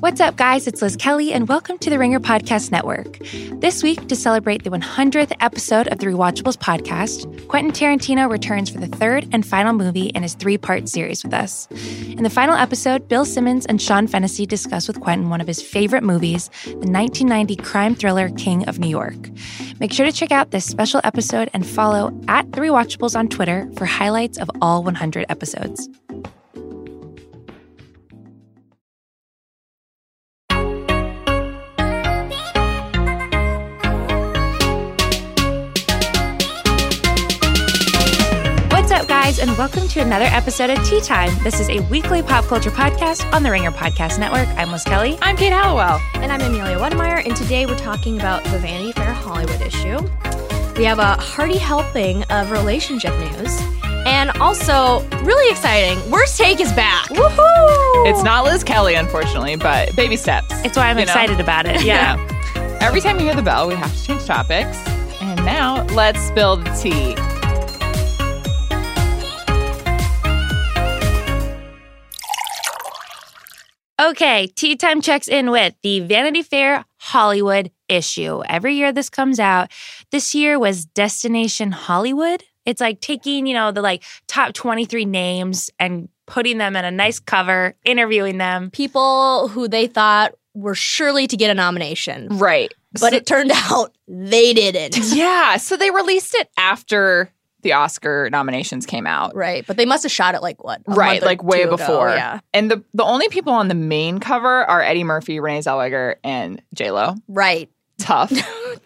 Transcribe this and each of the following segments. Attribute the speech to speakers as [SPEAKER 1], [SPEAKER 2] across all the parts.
[SPEAKER 1] What's up, guys? It's Liz Kelly, and welcome to the Ringer Podcast Network. This week, to celebrate the 100th episode of the Rewatchables podcast, Quentin Tarantino returns for the third and final movie in his three part series with us. In the final episode, Bill Simmons and Sean Fennessy discuss with Quentin one of his favorite movies, the 1990 crime thriller King of New York. Make sure to check out this special episode and follow at The Rewatchables on Twitter for highlights of all 100 episodes. What's up, guys, and welcome to another episode of Tea Time. This is a weekly pop culture podcast on the Ringer Podcast Network. I'm Liz Kelly.
[SPEAKER 2] I'm Kate Hallowell.
[SPEAKER 3] And I'm Amelia Wedemeyer, and today we're talking about the Vanity Fair Hollywood issue. We have a hearty helping of relationship news, and also really exciting. Worst take is back. Woohoo!
[SPEAKER 2] It's not Liz Kelly, unfortunately, but baby steps.
[SPEAKER 1] It's why I'm
[SPEAKER 2] You know?
[SPEAKER 1] excited about it. Yeah.
[SPEAKER 2] Every time you hear the bell, we have to change topics. And now let's spill the tea.
[SPEAKER 1] uh, okay, Tea Time checks in with the Vanity Fair Hollywood issue. Every year this comes out. This year was Destination Hollywood. It's like taking, you know, the like top 23 names and putting them in a nice cover, interviewing them.
[SPEAKER 3] People who they thought were surely to get a nomination,
[SPEAKER 2] Right.
[SPEAKER 3] but it turned out they didn't.
[SPEAKER 2] yeah. So they released it after the Oscar nominations came out.
[SPEAKER 3] Right, but they must have shot it like what? a
[SPEAKER 2] Right,
[SPEAKER 3] month or
[SPEAKER 2] like way
[SPEAKER 3] two ago.
[SPEAKER 2] before.
[SPEAKER 3] Yeah,
[SPEAKER 2] And the, the only people on the main cover are Eddie Murphy, Renee Zellweger, and J-Lo.
[SPEAKER 3] right.
[SPEAKER 2] Tough.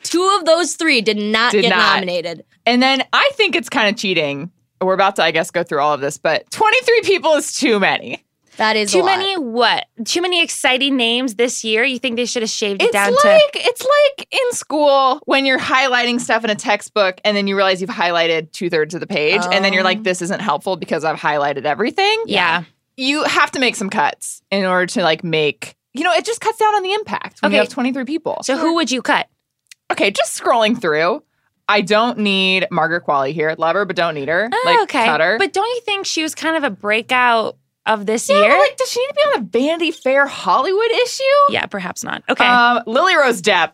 [SPEAKER 3] Two of those three did not
[SPEAKER 2] Did
[SPEAKER 3] get
[SPEAKER 2] not.
[SPEAKER 3] nominated.
[SPEAKER 2] and then I think it's kind of cheating. We're about to, I guess, go through all of this, but 23 people is too many.
[SPEAKER 3] That is
[SPEAKER 1] Too
[SPEAKER 3] a lot.
[SPEAKER 1] many what? Too many exciting names this year. You think they should have shaved it
[SPEAKER 2] It's
[SPEAKER 1] down
[SPEAKER 2] like
[SPEAKER 1] to
[SPEAKER 2] it's like in school when you're highlighting stuff in a textbook and then you realize you've highlighted two thirds of the page and then you're like, this isn't helpful because I've highlighted everything.
[SPEAKER 1] Oh. Yeah.
[SPEAKER 2] You have to make some cuts in order to like make you know, it just cuts down on the impact when you
[SPEAKER 1] Okay.
[SPEAKER 2] have 23 people.
[SPEAKER 1] So who would you cut?
[SPEAKER 2] okay, just scrolling through. I don't need Margaret Qualley here. Love her, but don't need her.
[SPEAKER 1] Oh,
[SPEAKER 2] like,
[SPEAKER 1] okay.
[SPEAKER 2] cut her.
[SPEAKER 1] But don't you think she was kind of a breakout of this
[SPEAKER 2] yeah,
[SPEAKER 1] year?
[SPEAKER 2] but, like, does she need to be on a Vanity Fair Hollywood issue?
[SPEAKER 1] yeah, perhaps not. Okay.
[SPEAKER 2] Um, Lily Rose Depp,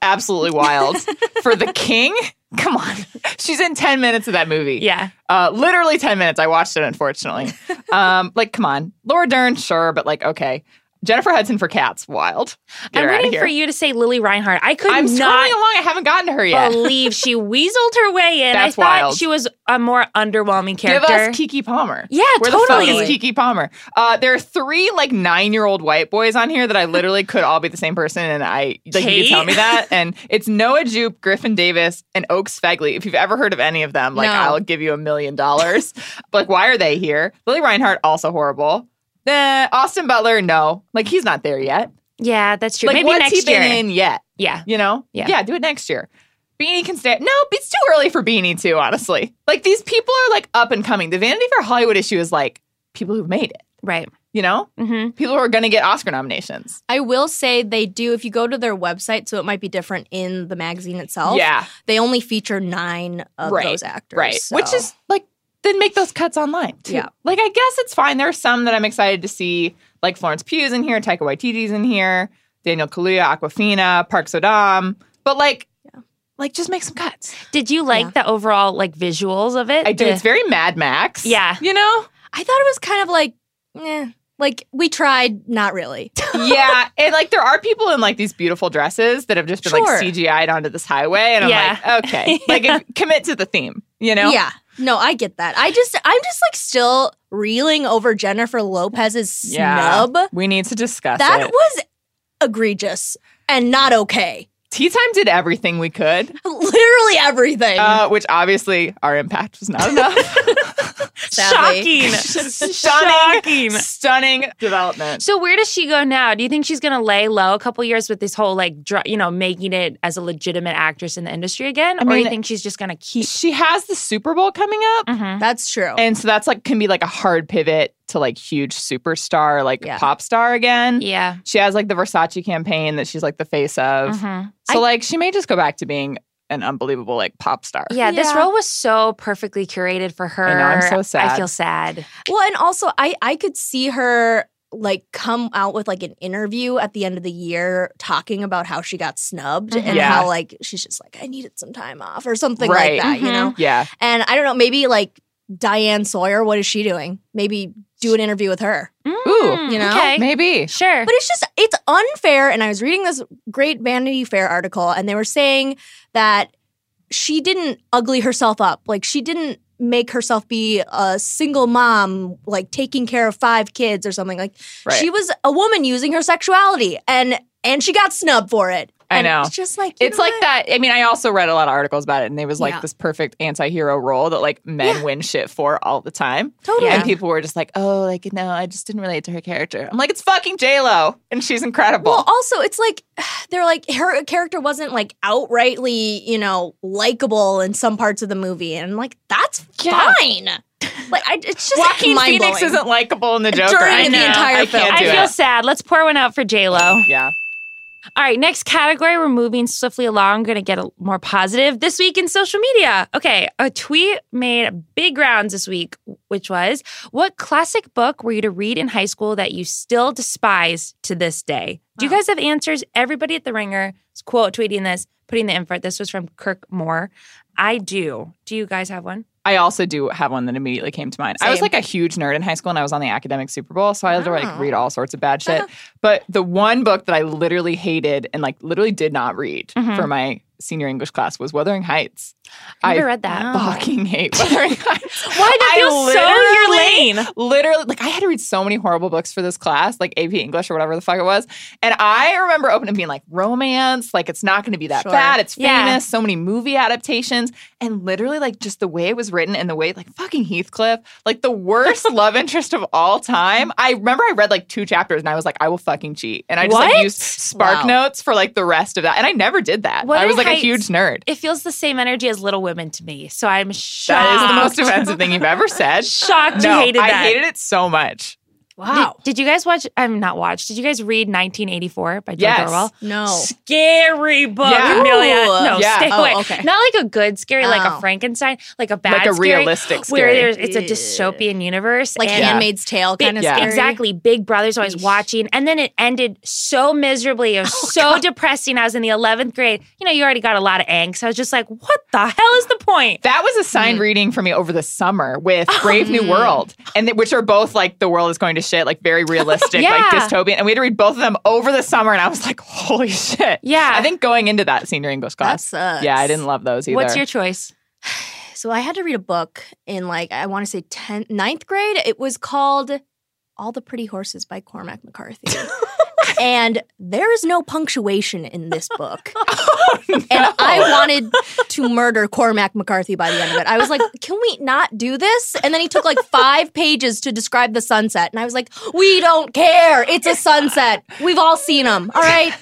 [SPEAKER 2] absolutely wild for the King. Come on, she's in ten minutes of that movie.
[SPEAKER 1] yeah.
[SPEAKER 2] uh, literally ten minutes. I watched it, unfortunately. um, like, come on, Laura Dern, sure, but like, okay, Jennifer Hudson for Cats, wild. Get
[SPEAKER 1] I'm
[SPEAKER 2] her out of
[SPEAKER 1] waiting
[SPEAKER 2] here.
[SPEAKER 1] for you to say Lily Reinhardt. I could
[SPEAKER 2] I'm scrolling
[SPEAKER 1] not
[SPEAKER 2] along. I haven't gotten to her yet.
[SPEAKER 1] believe she weaseled her way in.
[SPEAKER 2] That's
[SPEAKER 1] I thought
[SPEAKER 2] wild.
[SPEAKER 1] she was a more underwhelming
[SPEAKER 2] Give
[SPEAKER 1] character.
[SPEAKER 2] us Kiki Palmer.
[SPEAKER 1] yeah,
[SPEAKER 2] Where
[SPEAKER 1] totally.
[SPEAKER 2] the fuck is Kiki Palmer? Uh, there are three like nine year old white boys on here that I literally could all be the same person, and I like you
[SPEAKER 1] Kate?
[SPEAKER 2] could tell me that. And it's Noah Jupe, Griffin Davis, and Oaks Fegley. If you've ever heard of any of them, like
[SPEAKER 3] No.
[SPEAKER 2] I'll give you a million dollars. Like why are they here? Lily Reinhardt also horrible. Then Austin Butler, no, like he's not there yet.
[SPEAKER 1] yeah, that's true.
[SPEAKER 2] Like
[SPEAKER 1] Maybe
[SPEAKER 2] what's
[SPEAKER 1] next
[SPEAKER 2] he been
[SPEAKER 1] year.
[SPEAKER 2] in yet?
[SPEAKER 1] yeah.
[SPEAKER 2] You know?
[SPEAKER 1] Yeah.
[SPEAKER 2] Yeah, do it next year. Beanie can stay. No, it's too early for Beanie too, honestly. Like these people are like up and coming. The Vanity Fair Hollywood issue is like people who've made it,
[SPEAKER 1] Right.
[SPEAKER 2] you know?
[SPEAKER 1] hmm
[SPEAKER 2] People who are gonna get Oscar nominations.
[SPEAKER 3] I will say they do. If you go to their website, so it might be different in the magazine itself.
[SPEAKER 2] yeah.
[SPEAKER 3] they only feature nine of
[SPEAKER 2] Right,
[SPEAKER 3] those actors,
[SPEAKER 2] Right.
[SPEAKER 3] so-
[SPEAKER 2] Which is like then make those cuts online too.
[SPEAKER 3] Yeah.
[SPEAKER 2] Like I guess it's fine. There are some that I'm excited to see, like Florence Pugh's in here, Taika Waititi's in here, Daniel Kaluuya, Aquafina, Park Sodam. But like like just make some cuts.
[SPEAKER 1] Did you like the overall like visuals of it?
[SPEAKER 2] I do.
[SPEAKER 1] The-
[SPEAKER 2] It's very Mad Max.
[SPEAKER 1] Yeah.
[SPEAKER 2] You know?
[SPEAKER 3] I thought it was kind of like, eh, like we tried, not really.
[SPEAKER 2] yeah, and like there are people in like these beautiful dresses that have just been
[SPEAKER 3] Sure.
[SPEAKER 2] like CGI'd onto this highway, and I'm
[SPEAKER 1] Yeah.
[SPEAKER 2] like, okay, like if, commit to the theme, you know?
[SPEAKER 3] Yeah, no, I get that. I just, I'm just like still reeling over Jennifer Lopez's
[SPEAKER 2] Yeah.
[SPEAKER 3] snub.
[SPEAKER 2] We need to discuss
[SPEAKER 3] that
[SPEAKER 2] it.
[SPEAKER 3] was egregious and not okay.
[SPEAKER 2] Tea time did everything we could,
[SPEAKER 3] Literally everything.
[SPEAKER 2] uh, which obviously our impact was not enough.
[SPEAKER 3] sadly.
[SPEAKER 1] Shocking.
[SPEAKER 2] Stunning.
[SPEAKER 1] Shocking.
[SPEAKER 2] Stunning development.
[SPEAKER 1] So where does she go now? Do you think she's going to lay low a couple years with this whole like, dr- you know, making it as a legitimate actress in the industry again,
[SPEAKER 2] I
[SPEAKER 1] or you
[SPEAKER 2] mean-
[SPEAKER 1] think she's just going to keep?
[SPEAKER 2] She has the Super Bowl coming up,
[SPEAKER 1] Mhm.
[SPEAKER 3] That's true.
[SPEAKER 2] and so that's like can be like a hard pivot to like huge superstar, like
[SPEAKER 3] Yeah.
[SPEAKER 2] pop star again.
[SPEAKER 1] Yeah.
[SPEAKER 2] She has like the Versace campaign that she's like the face of.
[SPEAKER 1] Mhm.
[SPEAKER 2] So like she may just go back to being an unbelievable like pop star.
[SPEAKER 1] Yeah, this
[SPEAKER 3] Yeah.
[SPEAKER 1] role was so perfectly curated for her.
[SPEAKER 2] know, I'm so sad.
[SPEAKER 1] I feel sad.
[SPEAKER 3] Well, and also I I could see her like come out with like an interview at the end of the year talking about how she got snubbed and
[SPEAKER 2] Mm-hmm. Yeah.
[SPEAKER 3] how like she's just like I needed some time off or something
[SPEAKER 2] Right. Mm-hmm.
[SPEAKER 3] like that, you know.
[SPEAKER 2] Yeah.
[SPEAKER 3] And I don't know, maybe like Diane Sawyer, what is she doing? Maybe do an interview with her.
[SPEAKER 2] Ooh,
[SPEAKER 3] you know?
[SPEAKER 1] Mm, Okay.
[SPEAKER 2] Maybe.
[SPEAKER 1] Sure.
[SPEAKER 3] But it's just it's unfair. And I was reading this great Vanity Fair article, and they were saying that she didn't ugly herself up. Like she didn't make herself be a single mom, like taking care of five kids or something. Like
[SPEAKER 2] Right.
[SPEAKER 3] she was a woman using her sexuality, and and she got snubbed for it.
[SPEAKER 2] I
[SPEAKER 3] And
[SPEAKER 2] know.
[SPEAKER 3] It's just like you
[SPEAKER 2] It's
[SPEAKER 3] know
[SPEAKER 2] like
[SPEAKER 3] what?
[SPEAKER 2] that. I mean, I also read a lot of articles about it, and it was like
[SPEAKER 3] Yeah.
[SPEAKER 2] this perfect anti-hero role that like men win shit for all the time.
[SPEAKER 3] Totally.
[SPEAKER 2] And people were just like, "Oh, like no, I just didn't relate to her character." I'm like, "It's fucking J Lo, and she's incredible."
[SPEAKER 3] Well, also, it's like they're like her character wasn't like outrightly, you know, likable in some parts of the movie, and I'm like that's
[SPEAKER 2] Yeah.
[SPEAKER 3] fine. Like I, it's just
[SPEAKER 2] Joaquin
[SPEAKER 3] mind
[SPEAKER 2] Phoenix isn't likable in the Joker.
[SPEAKER 3] During
[SPEAKER 2] I
[SPEAKER 1] the
[SPEAKER 2] know.
[SPEAKER 3] entire
[SPEAKER 2] I
[SPEAKER 3] film.
[SPEAKER 2] Can't
[SPEAKER 1] I
[SPEAKER 2] do
[SPEAKER 1] feel
[SPEAKER 2] it.
[SPEAKER 1] sad. Let's pour one out for J Lo.
[SPEAKER 2] Yeah.
[SPEAKER 1] All right, next category. We're moving swiftly along. Going to get a, more positive this week in social media. Okay, a tweet made big rounds this week, which was, "What classic book were you to read in high school that you still despise to this day?" Do you
[SPEAKER 3] Wow.
[SPEAKER 1] guys have answers? Everybody at the Ringer is quote tweeting this, putting the info. This was from Kirk Moore. I do. Do you guys have one?
[SPEAKER 2] I also do have one that immediately came to mind. I was
[SPEAKER 3] Same.
[SPEAKER 2] like a huge nerd in high school and I was on the academic Super Bowl, so I had to like
[SPEAKER 1] Oh.
[SPEAKER 3] Wow.
[SPEAKER 2] read all sorts of bad shit.
[SPEAKER 1] Uh-huh.
[SPEAKER 2] but the one book that I literally hated and like literally did not read
[SPEAKER 1] Mhm.
[SPEAKER 2] for my senior English class was Wuthering Heights.
[SPEAKER 1] I never read that.
[SPEAKER 3] Wow.
[SPEAKER 2] fucking hate Wuthering Heights.
[SPEAKER 1] Why that
[SPEAKER 2] I
[SPEAKER 1] feels so
[SPEAKER 2] literally-
[SPEAKER 1] your lane?
[SPEAKER 2] Literally, like I had to read so many horrible books for this class, like AP English or whatever the fuck it was. And I remember opening and being like, romance, like it's not going to be that
[SPEAKER 3] Sure.
[SPEAKER 2] bad. It's famous.
[SPEAKER 1] Yeah.
[SPEAKER 2] So many movie adaptations. And literally, like just the way it was written and the way, like fucking Heathcliff, like the worst love interest of all time. I remember I read like two chapters and I was like, I will fucking cheat. And I just
[SPEAKER 1] What?
[SPEAKER 2] like used Spark
[SPEAKER 3] Wow.
[SPEAKER 2] Notes for like the rest of that. And I never did that. I
[SPEAKER 1] Wuthering
[SPEAKER 2] was like
[SPEAKER 1] Heights-
[SPEAKER 2] a huge nerd.
[SPEAKER 1] It feels the same energy as Little Women to me. So I'm shocked.
[SPEAKER 2] That is the most offensive thing you've ever said.
[SPEAKER 1] shocked
[SPEAKER 2] No,
[SPEAKER 1] you hated
[SPEAKER 2] I
[SPEAKER 1] that.
[SPEAKER 2] hated it so much.
[SPEAKER 3] Wow.
[SPEAKER 1] Did, did you guys watch? I'm not watch. Did you guys read 1984 by George
[SPEAKER 2] Yes.
[SPEAKER 1] Orwell?
[SPEAKER 3] No.
[SPEAKER 1] Scary book,
[SPEAKER 2] Yeah.
[SPEAKER 1] Amelia.
[SPEAKER 3] Oh. Ooh.
[SPEAKER 1] No,
[SPEAKER 2] Yeah.
[SPEAKER 1] stay
[SPEAKER 3] Oh,
[SPEAKER 1] away.
[SPEAKER 3] okay.
[SPEAKER 1] Not like a good scary, like a
[SPEAKER 3] Oh.
[SPEAKER 1] Frankenstein, like a bad,
[SPEAKER 2] like a
[SPEAKER 1] scary,
[SPEAKER 2] realistic
[SPEAKER 1] where
[SPEAKER 2] scary.
[SPEAKER 1] there's it's a dystopian universe,
[SPEAKER 3] Like
[SPEAKER 1] and
[SPEAKER 2] Yeah.
[SPEAKER 3] Handmaid's Tale
[SPEAKER 1] big-
[SPEAKER 3] kind of
[SPEAKER 2] Yeah.
[SPEAKER 3] scary.
[SPEAKER 1] Exactly. Big Brother's always
[SPEAKER 3] Yeesh.
[SPEAKER 1] watching. And then it ended so miserably. It was so depressing. I was in the 11th grade. You know, you already got a lot of angst. I was just like, what the hell is the point?
[SPEAKER 2] That was
[SPEAKER 1] Mm.
[SPEAKER 2] assigned reading for me over the summer with
[SPEAKER 1] Oh,
[SPEAKER 2] Brave New World, and th- which are both like the world is going to shit, like very realistic, like
[SPEAKER 1] Yeah.
[SPEAKER 2] dystopian. And we had to read both of them over the summer, and I was like, holy shit.
[SPEAKER 1] Yeah.
[SPEAKER 2] I think going into that senior English
[SPEAKER 3] That
[SPEAKER 2] class.
[SPEAKER 3] sucks.
[SPEAKER 2] Yeah, I didn't love those either.
[SPEAKER 1] What's your choice?
[SPEAKER 3] So I had to read a book in like I want to say 10th, ninth grade. It was called All the Pretty Horses by Cormac McCarthy. and there is no punctuation in this book. And I wanted to murder Cormac McCarthy by the end of it. I was like, can we not do this? And then he took like five pages to describe the sunset. And I was like, we don't care. It's a sunset. We've all seen them. All right.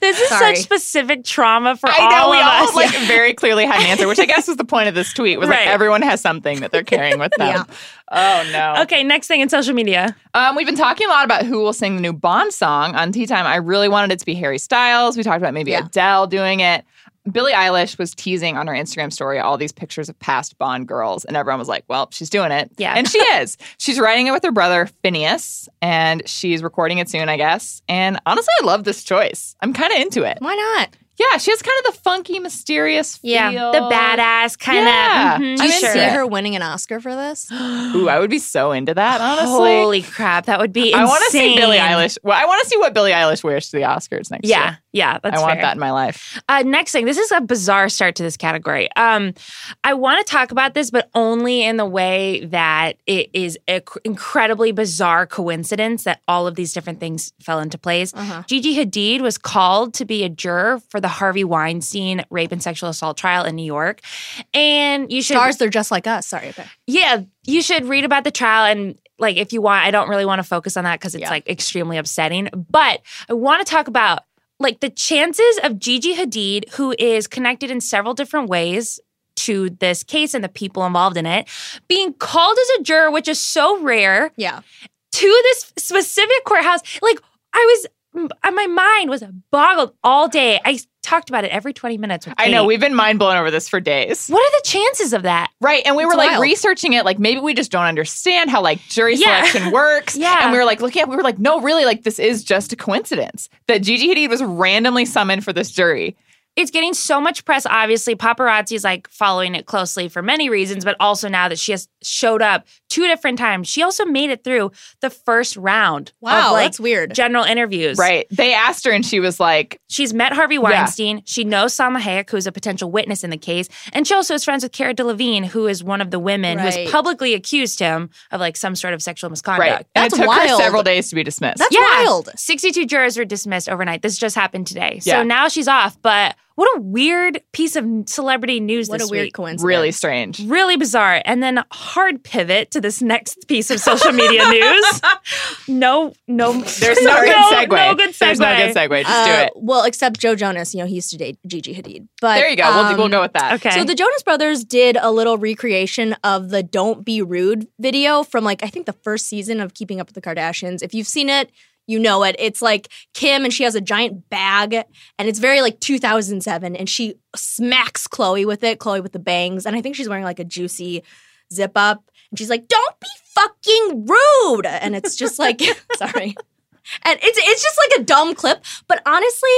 [SPEAKER 1] This is
[SPEAKER 3] Sorry.
[SPEAKER 1] such specific trauma for
[SPEAKER 2] I know
[SPEAKER 1] all
[SPEAKER 2] we
[SPEAKER 1] of
[SPEAKER 2] all
[SPEAKER 1] us.
[SPEAKER 2] like very clearly had an answer, which I guess was the point of this tweet was
[SPEAKER 1] Right.
[SPEAKER 2] like everyone has something that they're carrying with them. Oh no.
[SPEAKER 1] Okay, next thing in social media.
[SPEAKER 2] Um, we've been talking a lot about who will sing the new Bond song on Tea Time. I really wanted it to be Harry Styles. We talked about maybe
[SPEAKER 3] Yeah.
[SPEAKER 2] Adele doing it. Billie Eilish was teasing on her Instagram story all these pictures of past Bond girls, and everyone was like, well, she's doing it.
[SPEAKER 1] Yeah.
[SPEAKER 2] And she is. She's writing it with her brother, Phineas, and she's recording it soon, I guess. And honestly, I love this choice. I'm kind of into it.
[SPEAKER 3] Why not?
[SPEAKER 2] Yeah, she has kind of the funky, mysterious feel.
[SPEAKER 1] the badass mm-hmm. kind of.
[SPEAKER 2] Yeah.
[SPEAKER 3] Do
[SPEAKER 2] I'm
[SPEAKER 3] you
[SPEAKER 2] into
[SPEAKER 3] see
[SPEAKER 2] it.
[SPEAKER 3] her winning an Oscar for this?
[SPEAKER 2] Ooh, I would be so into that, honestly.
[SPEAKER 1] Holy crap, that would be insane.
[SPEAKER 2] I want to see Billie Eilish. Well, I want to see what Billie Eilish wears to the Oscars next year.
[SPEAKER 1] Yeah, yeah, that's
[SPEAKER 2] I want
[SPEAKER 1] fair.
[SPEAKER 2] that in my life.
[SPEAKER 1] Uh, next thing, this is a bizarre start to this category. Um, I want to talk about this, but only in the way that it is an incredibly bizarre coincidence that all of these different things fell into place.
[SPEAKER 3] Uh-huh.
[SPEAKER 1] Gigi Hadid was called to be a juror for the Harvey Weinstein rape and sexual assault trial in New York, and you should
[SPEAKER 3] Stars, they're just like us. Sorry. Okay.
[SPEAKER 1] yeah, you should read about the trial and like if you want. I don't really want to focus on that because it's
[SPEAKER 3] Yeah.
[SPEAKER 1] like extremely upsetting. But I want to talk about like the chances of Gigi Hadid, who is connected in several different ways to this case and the people involved in it, being called as a juror, which is so rare
[SPEAKER 3] Yeah.
[SPEAKER 1] to this specific courthouse. Like I was and my mind was boggled all day. I talked about it every 20 minutes. With
[SPEAKER 2] I know
[SPEAKER 1] Kate.
[SPEAKER 2] we've been mind blown over this for days.
[SPEAKER 1] What are the chances of that?
[SPEAKER 2] Right. And we
[SPEAKER 3] It's
[SPEAKER 2] were like
[SPEAKER 3] wild.
[SPEAKER 2] researching it, like maybe we just don't understand how like jury
[SPEAKER 1] Yeah.
[SPEAKER 2] selection works.
[SPEAKER 1] Yeah.
[SPEAKER 2] And we were like looking at we were like, no, really, like this is just a coincidence that Gigi Hadid was randomly summoned for this jury.
[SPEAKER 1] It's getting so much press. Obviously, paparazzi is like following it closely for many reasons, but also now that she has showed up two different times, she also made it through the first round.
[SPEAKER 3] Wow,
[SPEAKER 1] of, like,
[SPEAKER 3] that's weird.
[SPEAKER 1] General interviews.
[SPEAKER 2] Right. They asked her and she was like,
[SPEAKER 1] She's met Harvey Weinstein. She knows Salma Hayek, who's a potential witness in the case. And she also is friends with Cara Delevingne, who is one of the women who
[SPEAKER 3] Right.
[SPEAKER 1] has publicly accused him of like some sort of sexual misconduct.
[SPEAKER 2] right. and
[SPEAKER 3] That's
[SPEAKER 2] it took her
[SPEAKER 3] wild.
[SPEAKER 2] several days to be dismissed.
[SPEAKER 3] That's wild.
[SPEAKER 1] 62 jurors were dismissed overnight. This just happened today. So
[SPEAKER 2] Yeah.
[SPEAKER 1] now she's off, but what a weird piece of celebrity news
[SPEAKER 3] What a
[SPEAKER 1] this
[SPEAKER 3] weird
[SPEAKER 1] week.
[SPEAKER 3] coincidence.
[SPEAKER 2] really strange.
[SPEAKER 1] Really bizarre. And then hard pivot to this next piece of social media news. No, no.
[SPEAKER 2] There's no, good segue.
[SPEAKER 1] No good segue.
[SPEAKER 2] There's no good segue. Just do
[SPEAKER 3] Uh,
[SPEAKER 2] it.
[SPEAKER 3] Well, except Joe Jonas, you know, he used to date Gigi Hadid. But
[SPEAKER 2] There you go. we'll,
[SPEAKER 3] um,
[SPEAKER 2] we'll go with that.
[SPEAKER 1] Okay.
[SPEAKER 3] So the Jonas Brothers did a little recreation of the "Don't Be Rude" video from like I think the first season of Keeping Up with the Kardashians. If you've seen it, you know it. It's like Kim and she has a giant bag, and it's very like 2007, and she smacks Chloe with it. Chloe with the bangs, and I think she's wearing like a juicy zip up, and she's like, "Don't be fucking rude," and it's just like, sorry. And it's it's just like a dumb clip, but honestly,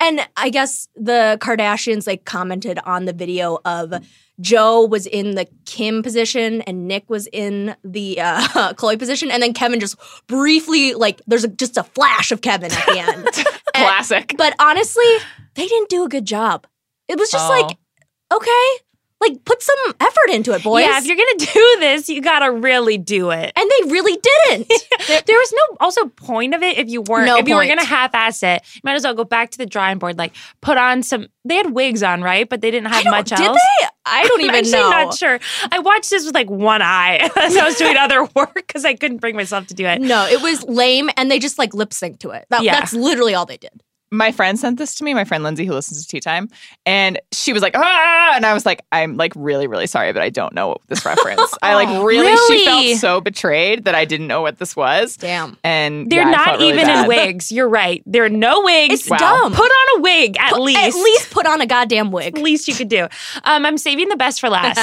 [SPEAKER 3] and I guess the Kardashians like commented on the video of Joe was in the Kim position and Nick was in the uh, Chloe position, and then Kevin just briefly like there's a, just a flash of Kevin at the end.
[SPEAKER 2] Classic.
[SPEAKER 3] but honestly, they didn't do a good job. It was just
[SPEAKER 2] Oh.
[SPEAKER 3] like okay, like put some effort into it, boys.
[SPEAKER 1] yeah, if you're gonna do this, you gotta really do it.
[SPEAKER 3] and they really didn't.
[SPEAKER 1] There, there was no also point of it if you weren't
[SPEAKER 3] No
[SPEAKER 1] if you were
[SPEAKER 3] point.
[SPEAKER 1] gonna half ass it, you might as well go back to the drawing board, like put on some they had wigs on, right? But they didn't have
[SPEAKER 3] I don't,
[SPEAKER 1] much
[SPEAKER 3] did
[SPEAKER 1] else.
[SPEAKER 3] they? I don't even
[SPEAKER 1] I'm actually
[SPEAKER 3] know.
[SPEAKER 1] not sure. I watched this with like one eye as I was doing other work because I couldn't bring myself to do it.
[SPEAKER 3] No, it was lame, and they just like lip sync to it. That,
[SPEAKER 1] Yeah.
[SPEAKER 3] That's literally all they did.
[SPEAKER 2] my friend sent this to me, my friend Lindsay, who listens to Tea Time, and she was like, ah, and I was like, I'm like really, really sorry, but I don't know what this reference. I like really,
[SPEAKER 1] Really?
[SPEAKER 2] she felt so betrayed that I didn't know what this was.
[SPEAKER 3] Damn.
[SPEAKER 2] And
[SPEAKER 1] They're
[SPEAKER 2] yeah, I
[SPEAKER 1] not
[SPEAKER 2] felt really
[SPEAKER 1] even
[SPEAKER 2] bad.
[SPEAKER 1] in wigs. You're right. There are no wigs.
[SPEAKER 3] It's Wow. dumb.
[SPEAKER 1] Put on a wig at least.
[SPEAKER 3] At least put on a goddamn wig.
[SPEAKER 1] least you could do. Um, I'm saving the best for last.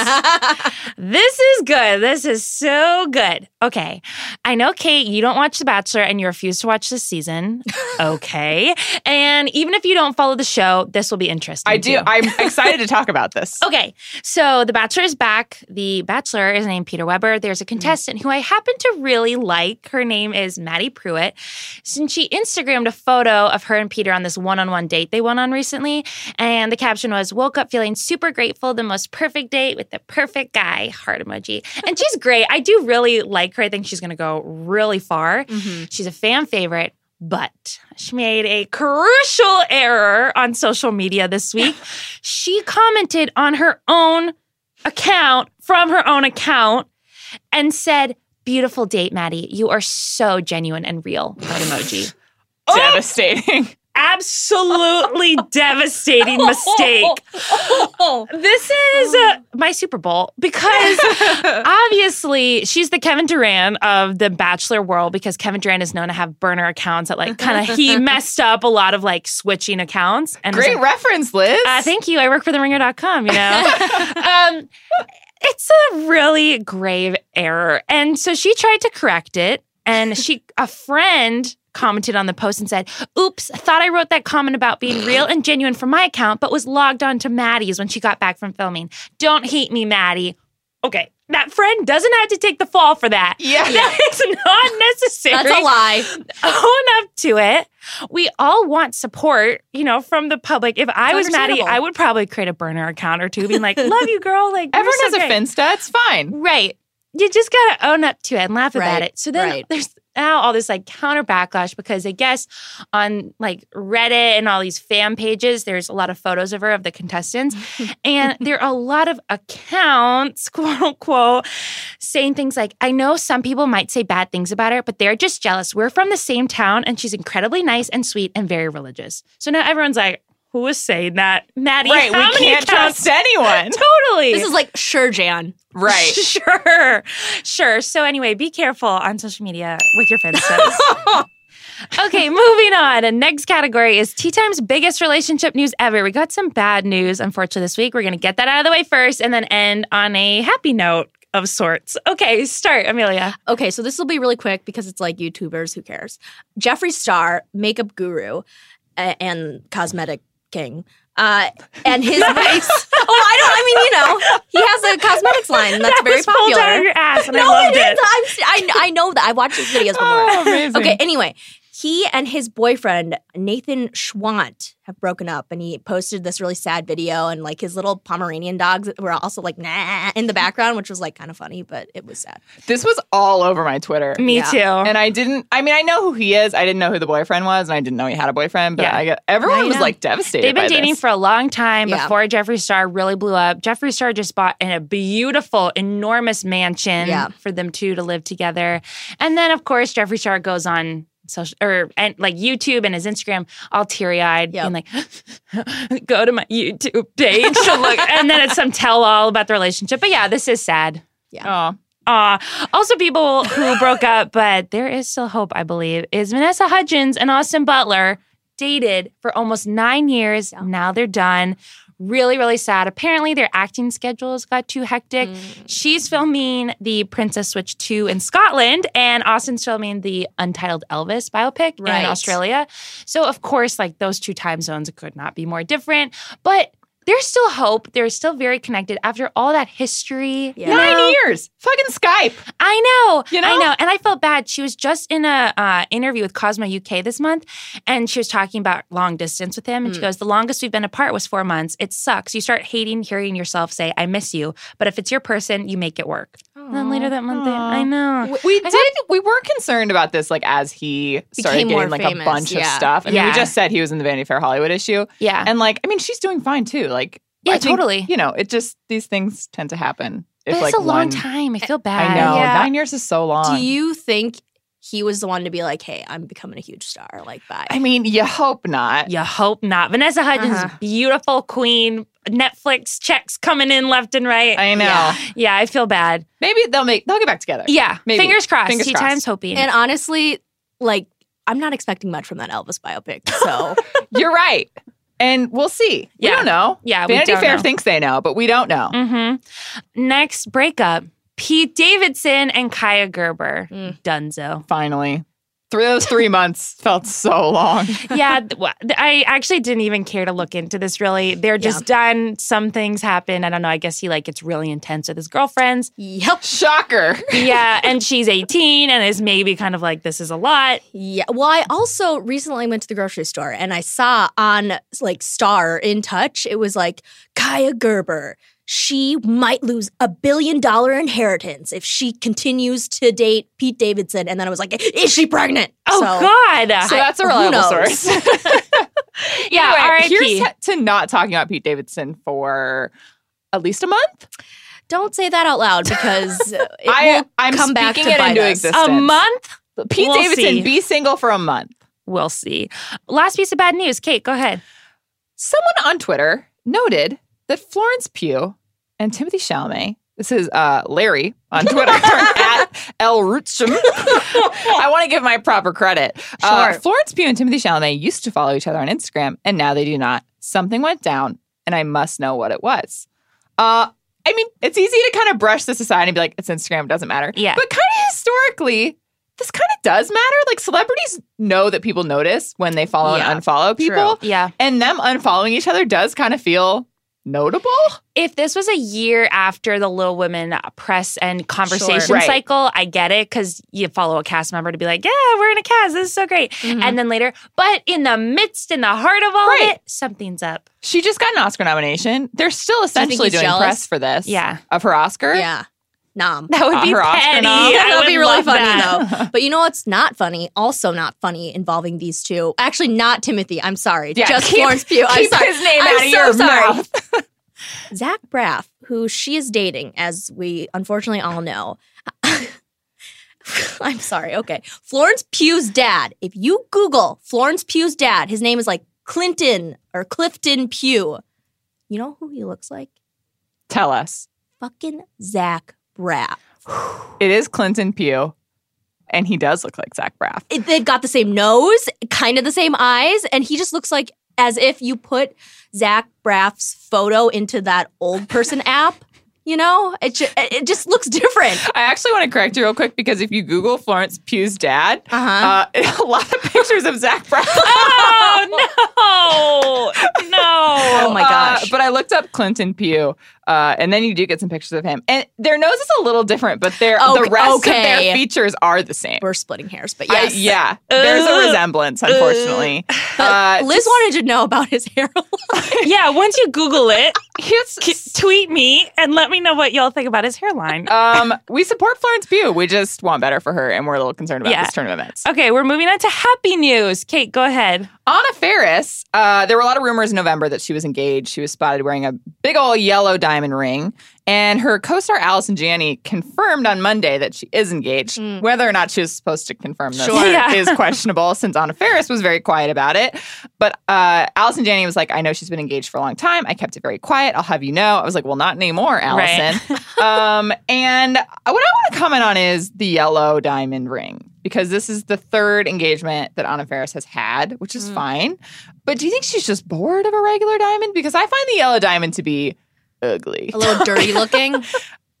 [SPEAKER 1] this is good. This is so good. Okay. I know, Kate, you don't watch The Bachelor and you refuse to watch this season. Okay. and even if you don't follow the show, this will be interesting.
[SPEAKER 2] I
[SPEAKER 1] to
[SPEAKER 2] do.
[SPEAKER 1] you.
[SPEAKER 2] I'm excited to talk about this.
[SPEAKER 1] Okay, so The Bachelor is back. The Bachelor is named Peter Weber. There's a contestant who I happen to really like. Her name is Maddie Pruitt. Since she Instagrammed a photo of her and Peter on this one on one date they went on recently, and the caption was, Woke up feeling super grateful, the most perfect date with the perfect guy, heart emoji. And she's great. I do really like her. I think she's going to go really far.
[SPEAKER 3] Mm-hmm.
[SPEAKER 1] She's a fan favorite, but she made a crucial error on social media this week. she commented on her own account from her own account and said, Beautiful date, Maddie. You are so genuine and real. Heart emoji.
[SPEAKER 2] Devastating.
[SPEAKER 1] Absolutely devastating mistake. This is uh, my Super Bowl because obviously she's the Kevin Duran of the Bachelor world because Kevin Duran is known to have burner accounts that like kind of he messed up a lot of like switching accounts. And was
[SPEAKER 2] Great
[SPEAKER 1] like,
[SPEAKER 2] reference, Liz.
[SPEAKER 1] uh, thank you. I work for theringer.com, you know. um, it's a really grave error. And so she tried to correct it. And she a friend commented on the post and said, Oops, thought I wrote that comment about being real and genuine from my account, but was logged on to Maddie's when she got back from filming. Don't hate me, Maddie. Okay. That friend doesn't have to take the fall for that.
[SPEAKER 2] Yeah.
[SPEAKER 1] That is not necessary
[SPEAKER 3] That's a lie.
[SPEAKER 1] own up to it. We all want support, you know, from the public. If I was Maddie,
[SPEAKER 3] understandable.
[SPEAKER 1] I would probably create a burner account or two, being like, "Love you, girl." Like you're
[SPEAKER 2] Everyone
[SPEAKER 1] so
[SPEAKER 2] has a
[SPEAKER 1] great."
[SPEAKER 2] Finsta. It's fine.
[SPEAKER 1] right? You just gotta own up to it and laugh about
[SPEAKER 3] Right,
[SPEAKER 1] it. So then
[SPEAKER 3] right.
[SPEAKER 1] there's now all this like counter backlash because I guess on like Reddit and all these fan pages, there's a lot of photos of her of the contestants, and there are a lot of accounts, quote unquote, saying things like, I know some people might say bad things about her, but they're just jealous. We're from the same town and she's incredibly nice and sweet and very religious. So now everyone's like, who is saying that? Maddie,
[SPEAKER 2] Right.
[SPEAKER 1] how
[SPEAKER 2] We
[SPEAKER 1] many
[SPEAKER 2] can't
[SPEAKER 1] accounts?
[SPEAKER 2] trust anyone.
[SPEAKER 1] Totally.
[SPEAKER 3] This is like sure, Jan.
[SPEAKER 2] Right.
[SPEAKER 1] Sure. Sure. So anyway, be careful on social media with your fences. Okay, moving on. And next category is Tea Time's biggest relationship news ever. We got some bad news, unfortunately, this week. We're going to get that out of the way first and then end on a happy note of sorts. Okay, start, Amelia.
[SPEAKER 3] Okay, so this will be really quick because it's like YouTubers, who cares? Jeffree Star, makeup guru a- and cosmetic king. Uh, and his face. Oh, I don't. I mean, you know, he has a cosmetics line that's
[SPEAKER 1] that
[SPEAKER 3] very
[SPEAKER 1] was pulled
[SPEAKER 3] popular.
[SPEAKER 1] out of your ass, and
[SPEAKER 3] no,
[SPEAKER 1] I loved
[SPEAKER 3] it
[SPEAKER 1] it.
[SPEAKER 3] is. I'm, I, I know that. I watched his videos before.
[SPEAKER 2] Oh, amazing.
[SPEAKER 3] Okay, anyway, he and his boyfriend, Nathan Schwant, have broken up and he posted this really sad video and like his little Pomeranian dogs were also like nah in the background, which was like kind of funny, but it was sad.
[SPEAKER 2] This was all over my Twitter.
[SPEAKER 1] Me
[SPEAKER 3] Yeah.
[SPEAKER 1] too.
[SPEAKER 2] And I didn't. I mean, I know who he is. I didn't know who the boyfriend was, and I didn't know he had a boyfriend. But
[SPEAKER 1] Yeah.
[SPEAKER 2] I got,
[SPEAKER 3] Now
[SPEAKER 2] everyone
[SPEAKER 3] you
[SPEAKER 2] was
[SPEAKER 3] know.
[SPEAKER 2] like devastated.
[SPEAKER 1] They've been
[SPEAKER 2] by
[SPEAKER 1] dating
[SPEAKER 2] this.
[SPEAKER 1] for a long time
[SPEAKER 3] Yeah.
[SPEAKER 1] before Jeffree Star really blew up. Jeffree Star just bought in a beautiful, enormous mansion
[SPEAKER 3] Yeah.
[SPEAKER 1] for them two to live together. And then, of course, Jeffree Star goes on social or and like YouTube and his Instagram, all teary eyed,
[SPEAKER 3] Yep.
[SPEAKER 1] being like, "Go to my YouTube page to look." and then it's some tell all about the relationship. But yeah, this is sad.
[SPEAKER 2] Oh,
[SPEAKER 1] Aw. Uh, Also, people who broke up, but there is still hope, I believe, is Vanessa Hudgens and Austin Butler dated for almost nine years. Now they're done. Really, really sad. Apparently, their acting schedules got too hectic.
[SPEAKER 3] Mm.
[SPEAKER 1] She's filming the Princess Switch 2 in Scotland, and Austin's filming the Untitled Elvis biopic
[SPEAKER 3] Right.
[SPEAKER 1] in Australia. So, of course, like those two time zones could not be more different, but there's still hope. They're still very connected after all that history.
[SPEAKER 3] Yeah.
[SPEAKER 1] you
[SPEAKER 2] nine
[SPEAKER 1] know?
[SPEAKER 2] years. Fucking Skype.
[SPEAKER 1] I know.
[SPEAKER 2] You know?
[SPEAKER 1] I know. And I felt bad. She was just in a uh, interview with Cosmo UK this month, and she was talking about long distance with him. And
[SPEAKER 2] Hmm.
[SPEAKER 1] she goes, "The longest we've been apart was four months. It sucks. You start hating hearing yourself say I miss you, but if it's your person, you make it work." And then later that month, they-
[SPEAKER 2] Aw.
[SPEAKER 1] I know.
[SPEAKER 2] We did. we were concerned about this, like as he started
[SPEAKER 3] Became more
[SPEAKER 2] getting like
[SPEAKER 3] famous,
[SPEAKER 2] a bunch of
[SPEAKER 3] yeah.
[SPEAKER 2] stuff. I mean,
[SPEAKER 1] Yeah.
[SPEAKER 2] we just said he was in the Vanity Fair Hollywood issue,
[SPEAKER 1] Yeah.
[SPEAKER 2] and like, I mean, she's doing fine too. Like,
[SPEAKER 1] Yeah,
[SPEAKER 2] I think,
[SPEAKER 1] totally.
[SPEAKER 2] You know, it just these things tend to happen.
[SPEAKER 1] but it's
[SPEAKER 2] like
[SPEAKER 1] a long
[SPEAKER 2] one-
[SPEAKER 1] time. I feel bad.
[SPEAKER 2] I know.
[SPEAKER 3] Yeah.
[SPEAKER 2] Nine years is so long.
[SPEAKER 3] Do you think he was the one to be like, hey, I'm becoming a huge star? Like, bye.
[SPEAKER 2] I mean, you hope not.
[SPEAKER 1] You hope not. Vanessa Hudgens,
[SPEAKER 3] Uh-huh.
[SPEAKER 1] beautiful queen. Netflix checks coming in left and right.
[SPEAKER 2] I know.
[SPEAKER 3] Yeah.
[SPEAKER 1] yeah, I feel bad.
[SPEAKER 2] Maybe they'll make they'll get back together.
[SPEAKER 1] Yeah,
[SPEAKER 2] Maybe.
[SPEAKER 1] fingers crossed.
[SPEAKER 2] Fingers
[SPEAKER 1] Tea
[SPEAKER 2] crossed.
[SPEAKER 1] times hoping.
[SPEAKER 3] and honestly, like, I'm not expecting much from that Elvis biopic. So,
[SPEAKER 2] You're right. And we'll see.
[SPEAKER 1] Yeah.
[SPEAKER 2] We don't know.
[SPEAKER 1] yeah, we
[SPEAKER 2] Vanity
[SPEAKER 1] don't
[SPEAKER 2] Fair
[SPEAKER 1] know.
[SPEAKER 2] thinks they know, but we don't know.
[SPEAKER 1] Mm-hmm. Next breakup: Pete Davidson and Kaya Gerber.
[SPEAKER 3] Mm.
[SPEAKER 1] Dunzo.
[SPEAKER 2] Finally. Through those three months felt so long.
[SPEAKER 1] Yeah, th- wha- th- I actually didn't even care to look into this. Really, they're just done. Some things happen. I don't know. I guess he like gets really intense with his girlfriends.
[SPEAKER 3] yep.
[SPEAKER 2] Shocker.
[SPEAKER 1] Yeah, and she's eighteen and is maybe kind of like this is a lot.
[SPEAKER 3] Yeah. Well, I also recently went to the grocery store and I saw on like Star in Touch, it was like Kaya Gerber. She might lose a billion dollar inheritance if she continues to date Pete Davidson. And then I was like, is she pregnant?
[SPEAKER 1] Oh God!
[SPEAKER 2] So that's a
[SPEAKER 3] who
[SPEAKER 2] reliable
[SPEAKER 3] knows?
[SPEAKER 2] source.
[SPEAKER 1] yeah,
[SPEAKER 2] Anyway,
[SPEAKER 1] R.I.P.
[SPEAKER 2] here's to not talking about Pete Davidson for at least a month.
[SPEAKER 3] Don't say that out loud because uh, it
[SPEAKER 2] I,
[SPEAKER 3] will
[SPEAKER 2] I'm
[SPEAKER 3] come back
[SPEAKER 2] speaking
[SPEAKER 3] to
[SPEAKER 2] it
[SPEAKER 3] bite
[SPEAKER 2] into
[SPEAKER 3] us.
[SPEAKER 2] existence.
[SPEAKER 1] a month.
[SPEAKER 2] Pete
[SPEAKER 1] We'll
[SPEAKER 2] Davidson,
[SPEAKER 1] see.
[SPEAKER 2] be single for a month.
[SPEAKER 1] We'll see. Last piece of bad news. Kate, go ahead.
[SPEAKER 2] Someone on Twitter noted that Florence Pugh and Timothy Chalamet. This is uh, Larry on Twitter at L Rootsham. I want to give my proper credit. Uh,
[SPEAKER 3] Sure.
[SPEAKER 2] Florence Pugh and Timothy Chalamet used to follow each other on Instagram, and now they do not. Something went down, and I must know what it was. Uh, I mean, it's easy to kind of brush this aside and be like, "It's Instagram, it doesn't matter."
[SPEAKER 1] Yeah.
[SPEAKER 2] But kind of historically, this kind of does matter. Like celebrities know that people notice when they follow
[SPEAKER 3] Yeah.
[SPEAKER 2] and unfollow people.
[SPEAKER 1] Yeah.
[SPEAKER 2] And them unfollowing each other does kind of feel notable.
[SPEAKER 1] if this was a year after the Little Women press and conversation
[SPEAKER 2] Right.
[SPEAKER 1] cycle, I get it because you follow a cast member to be like, "Yeah, we're in a cast. This is so great."
[SPEAKER 3] And
[SPEAKER 1] And then later, but in the midst, in the heart of all of
[SPEAKER 2] Mm-hmm. Right.
[SPEAKER 1] it, something's up.
[SPEAKER 2] She just got an Oscar nomination. They're still
[SPEAKER 3] think
[SPEAKER 2] essentially
[SPEAKER 3] he's
[SPEAKER 2] doing
[SPEAKER 3] jealous?
[SPEAKER 2] press for this.
[SPEAKER 1] Yeah.
[SPEAKER 2] Of her Oscar.
[SPEAKER 3] yeah, nom.
[SPEAKER 1] That would
[SPEAKER 2] Uh,
[SPEAKER 1] be
[SPEAKER 2] her Oscar
[SPEAKER 1] petty.
[SPEAKER 2] nom?
[SPEAKER 1] I
[SPEAKER 3] That would
[SPEAKER 1] would
[SPEAKER 3] be really
[SPEAKER 1] love
[SPEAKER 3] funny
[SPEAKER 1] that.
[SPEAKER 3] though. But you know what's not funny? Also not funny involving these two. Actually, not Timothy. I'm sorry.
[SPEAKER 2] Yeah,
[SPEAKER 3] Just
[SPEAKER 2] keep-
[SPEAKER 3] Florence Pugh. I'm
[SPEAKER 2] Keep
[SPEAKER 3] sorry.
[SPEAKER 2] his name
[SPEAKER 3] I'm
[SPEAKER 2] out of
[SPEAKER 3] so
[SPEAKER 2] your
[SPEAKER 3] sorry.
[SPEAKER 2] mouth.
[SPEAKER 3] Zach Braff, who she is dating, as we unfortunately all know. I'm sorry. Okay. Florence Pugh's dad. If you Google Florence Pugh's dad, his name is like Clinton or Clifton Pugh. You know who he looks like?
[SPEAKER 2] Tell us.
[SPEAKER 3] Fucking Zach Braff.
[SPEAKER 2] It is Clinton Pugh. and he does look like Zach Braff.
[SPEAKER 3] It- they've got the same nose, kind of the same eyes, and he just looks like as if you put Zach Braff's photo into that old person app. You know, it ju- it just looks different.
[SPEAKER 2] I actually want to correct you real quick because if you Google Florence Pugh's dad,
[SPEAKER 3] Uh-huh.
[SPEAKER 2] uh, a lot of pictures of Zach Braff.
[SPEAKER 1] Oh no, no.
[SPEAKER 3] Oh my
[SPEAKER 2] Uh,
[SPEAKER 3] gosh.
[SPEAKER 2] but I looked up Clinton Pugh, uh, and then you do get some pictures of him, and their nose is a little different, but their
[SPEAKER 3] Ok-
[SPEAKER 2] the rest of
[SPEAKER 3] okay.
[SPEAKER 2] their features are the same.
[SPEAKER 3] We're splitting hairs, but
[SPEAKER 2] I-
[SPEAKER 3] yes.
[SPEAKER 2] yeah, there's
[SPEAKER 1] Ugh.
[SPEAKER 2] a resemblance, unfortunately.
[SPEAKER 3] But
[SPEAKER 2] Uh,
[SPEAKER 3] Liz wanted to know about his hair.
[SPEAKER 1] yeah, once you Google it,
[SPEAKER 2] here's-
[SPEAKER 1] k- tweet me and let me know what y'all think about his hairline.
[SPEAKER 2] um, we support Florence Pugh. We just want better for her, and we're a little concerned about
[SPEAKER 1] Yeah.
[SPEAKER 2] this turn of events.
[SPEAKER 1] Okay, we're moving on to happy news. Kate, go ahead.
[SPEAKER 2] Anna Ferris, uh, there were a lot of rumors in November that she was engaged. She was spotted wearing a big old yellow diamond ring. And her co star Allison Janney confirmed on Monday that she is engaged. Whether or not she was supposed to confirm this
[SPEAKER 1] Hmm. Sure. Yeah.
[SPEAKER 2] is questionable since Anna Ferris was very quiet about it. But uh, Allison Janney was like, I know she's been engaged for a long time. I kept it very quiet. I'll have you know. I was like, well, not anymore, Allison. um, and what I want to comment on is the yellow diamond ring because this is the third engagement that Anna Faris has had, which
[SPEAKER 3] Mm.
[SPEAKER 2] is fine. But do you think she's just bored of a regular diamond? Because I find the yellow diamond to be ugly.
[SPEAKER 3] A little dirty looking.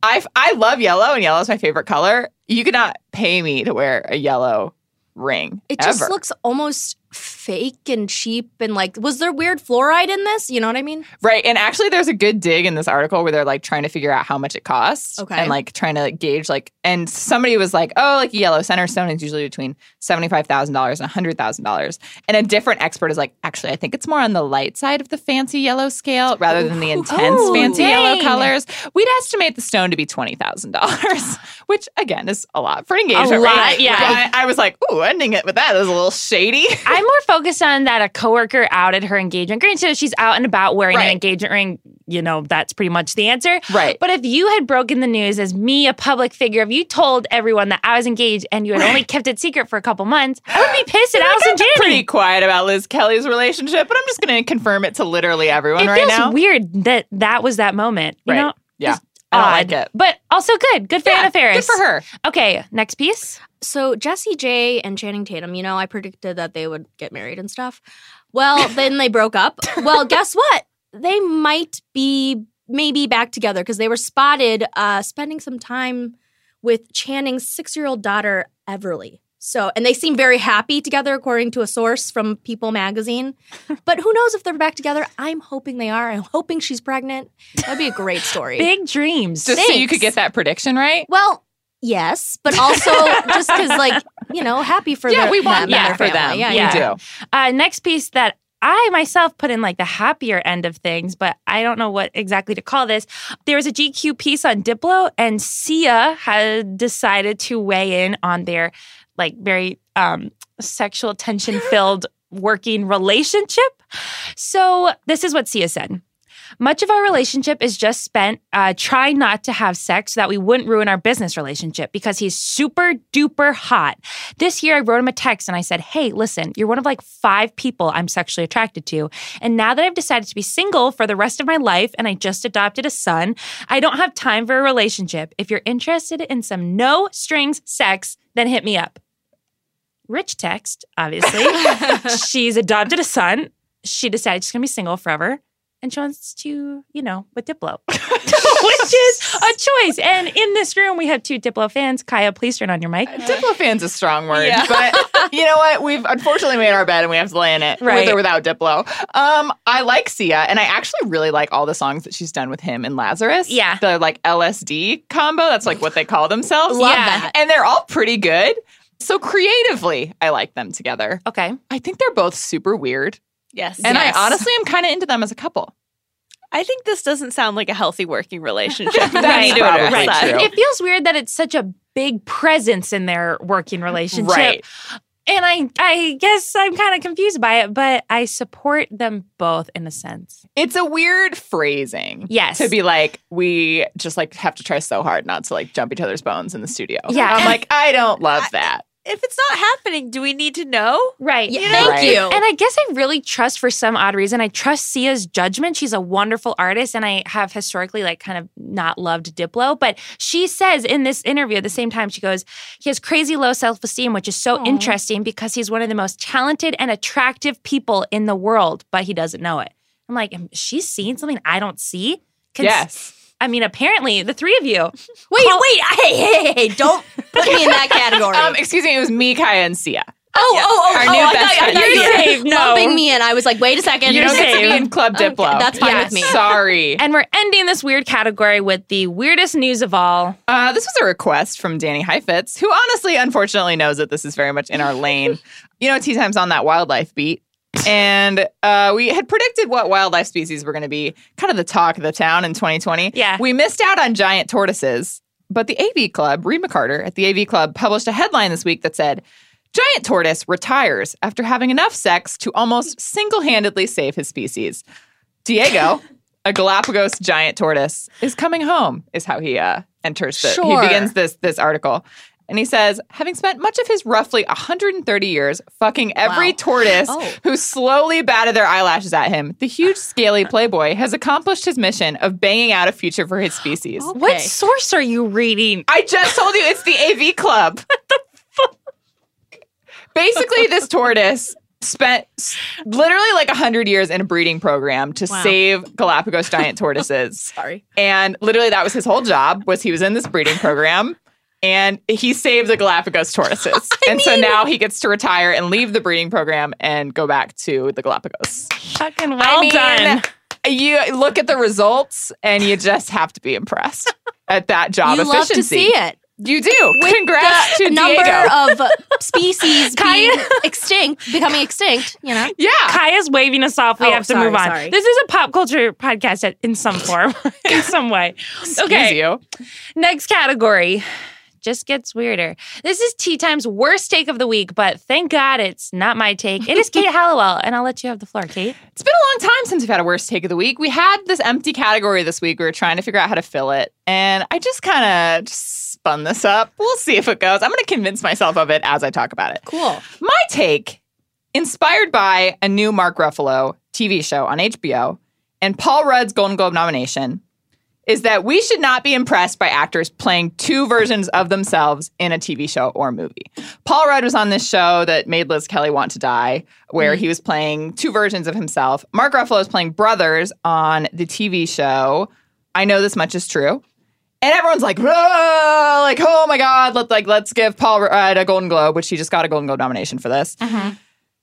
[SPEAKER 2] I, I love yellow, and yellow is my favorite color. You could not pay me to wear a yellow ring.
[SPEAKER 3] It just
[SPEAKER 2] ever.
[SPEAKER 3] looks almost fake and cheap and like was there weird fluoride in this? You know what I mean?
[SPEAKER 2] Right. And actually, there's a good dig in this article where they're like trying to figure out how much it costs.
[SPEAKER 3] Okay.
[SPEAKER 2] And like trying to like, gauge, like, and somebody was like, oh, like yellow center stone is usually between $75,000 and $100,000. And a different expert is like, actually, I think it's more on the light side of the fancy yellow scale rather than the intense
[SPEAKER 3] Oh,
[SPEAKER 2] fancy
[SPEAKER 3] dang.
[SPEAKER 2] yellow colors. We'd estimate the stone to be $20,000, which again is a lot for an engagement. ring.
[SPEAKER 1] lot, yeah.
[SPEAKER 2] But I, I was like, ooh, ending it with that is a little shady.
[SPEAKER 1] I'm more focused on that a coworker outed her engagement. Granted, if she's out and about wearing an
[SPEAKER 2] Right.
[SPEAKER 1] engagement ring, you know, that's pretty much the answer.
[SPEAKER 2] Right.
[SPEAKER 1] But if you had broken the news as me, a public figure, if you told everyone that I was engaged and you had only kept it secret for a couple months, I would be pissed at Allison
[SPEAKER 2] I'm pretty
[SPEAKER 1] Janney.
[SPEAKER 2] quiet about Liz Kelly's relationship, but I'm just going to confirm it to literally everyone
[SPEAKER 1] It
[SPEAKER 2] right
[SPEAKER 1] feels
[SPEAKER 2] now.
[SPEAKER 1] weird that that was that moment. You
[SPEAKER 2] Right.
[SPEAKER 1] know,
[SPEAKER 2] yeah,
[SPEAKER 1] just
[SPEAKER 2] I
[SPEAKER 1] odd,
[SPEAKER 2] don't like it.
[SPEAKER 1] but also good. Good for
[SPEAKER 2] Yeah,
[SPEAKER 1] Anna Faris.
[SPEAKER 2] Good for her.
[SPEAKER 1] Okay, next piece.
[SPEAKER 3] So Jesse J and Channing Tatum, you know, I predicted that they would get married and stuff. Well, then they broke up. Well, guess what? They might be maybe back together because they were spotted uh, spending some time with Channing's six-year-old daughter Everly. So, and they seem very happy together, according to a source from People Magazine. But who knows if they're back together? I'm hoping they are. I'm hoping she's pregnant. That'd be a great story.
[SPEAKER 1] Big dreams.
[SPEAKER 2] Just so you could get that prediction right.
[SPEAKER 3] Well, yes, but also just because, like, you know, happy for
[SPEAKER 2] yeah,
[SPEAKER 3] their-
[SPEAKER 2] we
[SPEAKER 3] them
[SPEAKER 2] want
[SPEAKER 3] and
[SPEAKER 2] better
[SPEAKER 3] their
[SPEAKER 2] for them.
[SPEAKER 3] family. Yeah,
[SPEAKER 2] we
[SPEAKER 3] yeah.
[SPEAKER 2] do.
[SPEAKER 1] Uh, next piece that I myself put in like the happier end of things, but I don't know what exactly to call this. There was a GQ piece on Diplo, and Sia had decided to weigh in on their like very um, sexual tension filled working relationship. So this is what Sia said. Much of our relationship is just spent uh, trying not to have sex so that we wouldn't ruin our business relationship because he's super duper hot. This year, I wrote him a text and I said, Hey, listen, you're one of like five people I'm sexually attracted to. And now that I've decided to be single for the rest of my life and I just adopted a son, I don't have time for a relationship. If you're interested in some no strings sex, then hit me up. Rich text, obviously. She's adopted a son. She decided she's going to be single forever and she wants to, you know, with Diplo, which is a choice. And in this room, we have two Diplo fans. Kaya, please turn on your mic.
[SPEAKER 2] Diplo fan's a strong word, but you know what? We've unfortunately made our bed and we have to lay in it,
[SPEAKER 1] Right.
[SPEAKER 2] with or without Diplo. Um, I like Sia, and I actually really like all the songs that she's done with him and Lazarus.
[SPEAKER 1] Yeah.
[SPEAKER 2] the like LSD combo. That's like what they call themselves.
[SPEAKER 3] Love
[SPEAKER 1] Yeah.
[SPEAKER 3] that.
[SPEAKER 2] and they're all pretty good. So creatively, I like them together.
[SPEAKER 1] Okay.
[SPEAKER 2] I think they're both super weird.
[SPEAKER 4] Yes.
[SPEAKER 2] And
[SPEAKER 3] Yes.
[SPEAKER 2] I honestly am kind of into them as a couple.
[SPEAKER 4] I think this doesn't sound like a healthy working relationship. We
[SPEAKER 1] That's
[SPEAKER 4] need to address
[SPEAKER 2] probably
[SPEAKER 4] that.
[SPEAKER 2] true.
[SPEAKER 1] It feels weird that it's such a big presence in their working relationship.
[SPEAKER 2] Right.
[SPEAKER 1] And I, I guess I'm kind of confused by it, but I support them both in a sense.
[SPEAKER 2] It's a weird phrasing.
[SPEAKER 1] Yes.
[SPEAKER 2] To be like, we just like have to try so hard not to like jump each other's bones in the studio.
[SPEAKER 1] Yeah.
[SPEAKER 2] I'm like, I don't love that.
[SPEAKER 4] if it's not happening, do we need to know?
[SPEAKER 1] Right.
[SPEAKER 3] Yeah, thank
[SPEAKER 2] Right.
[SPEAKER 3] you.
[SPEAKER 1] And I guess I really trust, for some odd reason, I trust Sia's judgment. She's a wonderful artist, and I have historically, like, kind of not loved Diplo. But she says in this interview at the same time, she goes, he has crazy low self esteem, which is so interesting because he's one of the most talented and attractive people in the world, but he doesn't know it. I'm like, "Am- she's seeing something I don't see? Cons-
[SPEAKER 2] Yes.
[SPEAKER 1] I mean, apparently, the three of you.
[SPEAKER 3] wait, wait, hey, hey, hey, hey, don't put me in that category.
[SPEAKER 2] Um, excuse me, it was me, Kaya, and Sia.
[SPEAKER 3] oh, oh, oh,
[SPEAKER 2] our
[SPEAKER 3] oh,
[SPEAKER 2] new
[SPEAKER 3] I
[SPEAKER 2] best
[SPEAKER 3] thought, I
[SPEAKER 2] friend.
[SPEAKER 3] thought you
[SPEAKER 1] You're
[SPEAKER 3] were
[SPEAKER 1] safe, no.
[SPEAKER 3] lumping me in. I was like, wait a second.
[SPEAKER 2] You don't get to be in Club
[SPEAKER 3] Okay,
[SPEAKER 2] Diplo.
[SPEAKER 3] that's fine
[SPEAKER 1] Yeah,
[SPEAKER 3] with me.
[SPEAKER 2] Sorry.
[SPEAKER 1] And we're ending this weird category with the weirdest news of all.
[SPEAKER 2] Uh, this was a request from Danny Heifetz, who honestly, unfortunately, knows that this is very much in our lane. you know, Tea Time's on that wildlife beat. And uh, we had predicted what wildlife species were going to be kind of the talk of the town in 2020.
[SPEAKER 1] Yeah.
[SPEAKER 2] We missed out on giant tortoises, but the AV Club, Reed McCarter at the AV Club, published a headline this week that said, Giant tortoise retires after having enough sex to almost single handedly save his species. Diego, a Galapagos giant tortoise, is coming home, is how he uh, enters the
[SPEAKER 3] Sure.
[SPEAKER 2] he begins this this article. And he says, having spent much of his roughly 130 years fucking every
[SPEAKER 3] Wow.
[SPEAKER 2] tortoise
[SPEAKER 3] Oh.
[SPEAKER 2] who slowly batted their eyelashes at him, the huge scaly playboy has accomplished his mission of banging out a future for his species.
[SPEAKER 1] What
[SPEAKER 3] Okay.
[SPEAKER 1] source are you reading?
[SPEAKER 2] I just told you it's the AV Club. Basically, this tortoise spent s- literally like 100 years in a breeding program to
[SPEAKER 3] Wow.
[SPEAKER 2] save Galapagos giant tortoises.
[SPEAKER 3] Sorry.
[SPEAKER 2] and literally that was his whole job was he was in this breeding program and he saved the Galapagos tortoises. and so now he gets to retire and leave the breeding program and go back to the Galapagos.
[SPEAKER 1] Fucking well
[SPEAKER 2] I mean,
[SPEAKER 1] done.
[SPEAKER 2] You look at the results and you just have to be impressed at that job
[SPEAKER 3] You love
[SPEAKER 2] efficiency.
[SPEAKER 3] to see it.
[SPEAKER 2] You do. Congrats to
[SPEAKER 3] number
[SPEAKER 2] Diego.
[SPEAKER 3] of species being extinct, becoming extinct. You know,
[SPEAKER 2] yeah.
[SPEAKER 1] Kaya's waving us off. We
[SPEAKER 3] Oh,
[SPEAKER 1] have to
[SPEAKER 3] sorry,
[SPEAKER 1] move on.
[SPEAKER 3] sorry.
[SPEAKER 1] This is a pop culture podcast at- in some form, in some way.
[SPEAKER 2] Excuse
[SPEAKER 1] Okay,
[SPEAKER 2] you.
[SPEAKER 1] next category. Just gets weirder. This is Tea Time's worst take of the week, but thank God it's not my take. It is Kate Halliwell, and I'll let you have the floor, Kate.
[SPEAKER 2] It's been a long time since we've had a worst take of the week. We had this empty category this week. We were trying to figure out how to fill it. And I just kind of just spun this up. We'll see if it goes. I'm going to convince myself of it as I talk about it.
[SPEAKER 3] cool.
[SPEAKER 2] My take, inspired by a new Mark Ruffalo TV show on HBO and Paul Rudd's Golden Globe nomination, is that we should not be impressed by actors playing two versions of themselves in a TV show or movie. Paul Rudd was on this show that made Liz Kelly want to die, where he was playing two versions of himself. Mark Ruffalo is playing brothers on the TV show. I know this much is true. And everyone's like, "Whoa," like, oh my god, let like let's give Paul Rudd a Golden Globe, which he just got a Golden Globe nomination for this.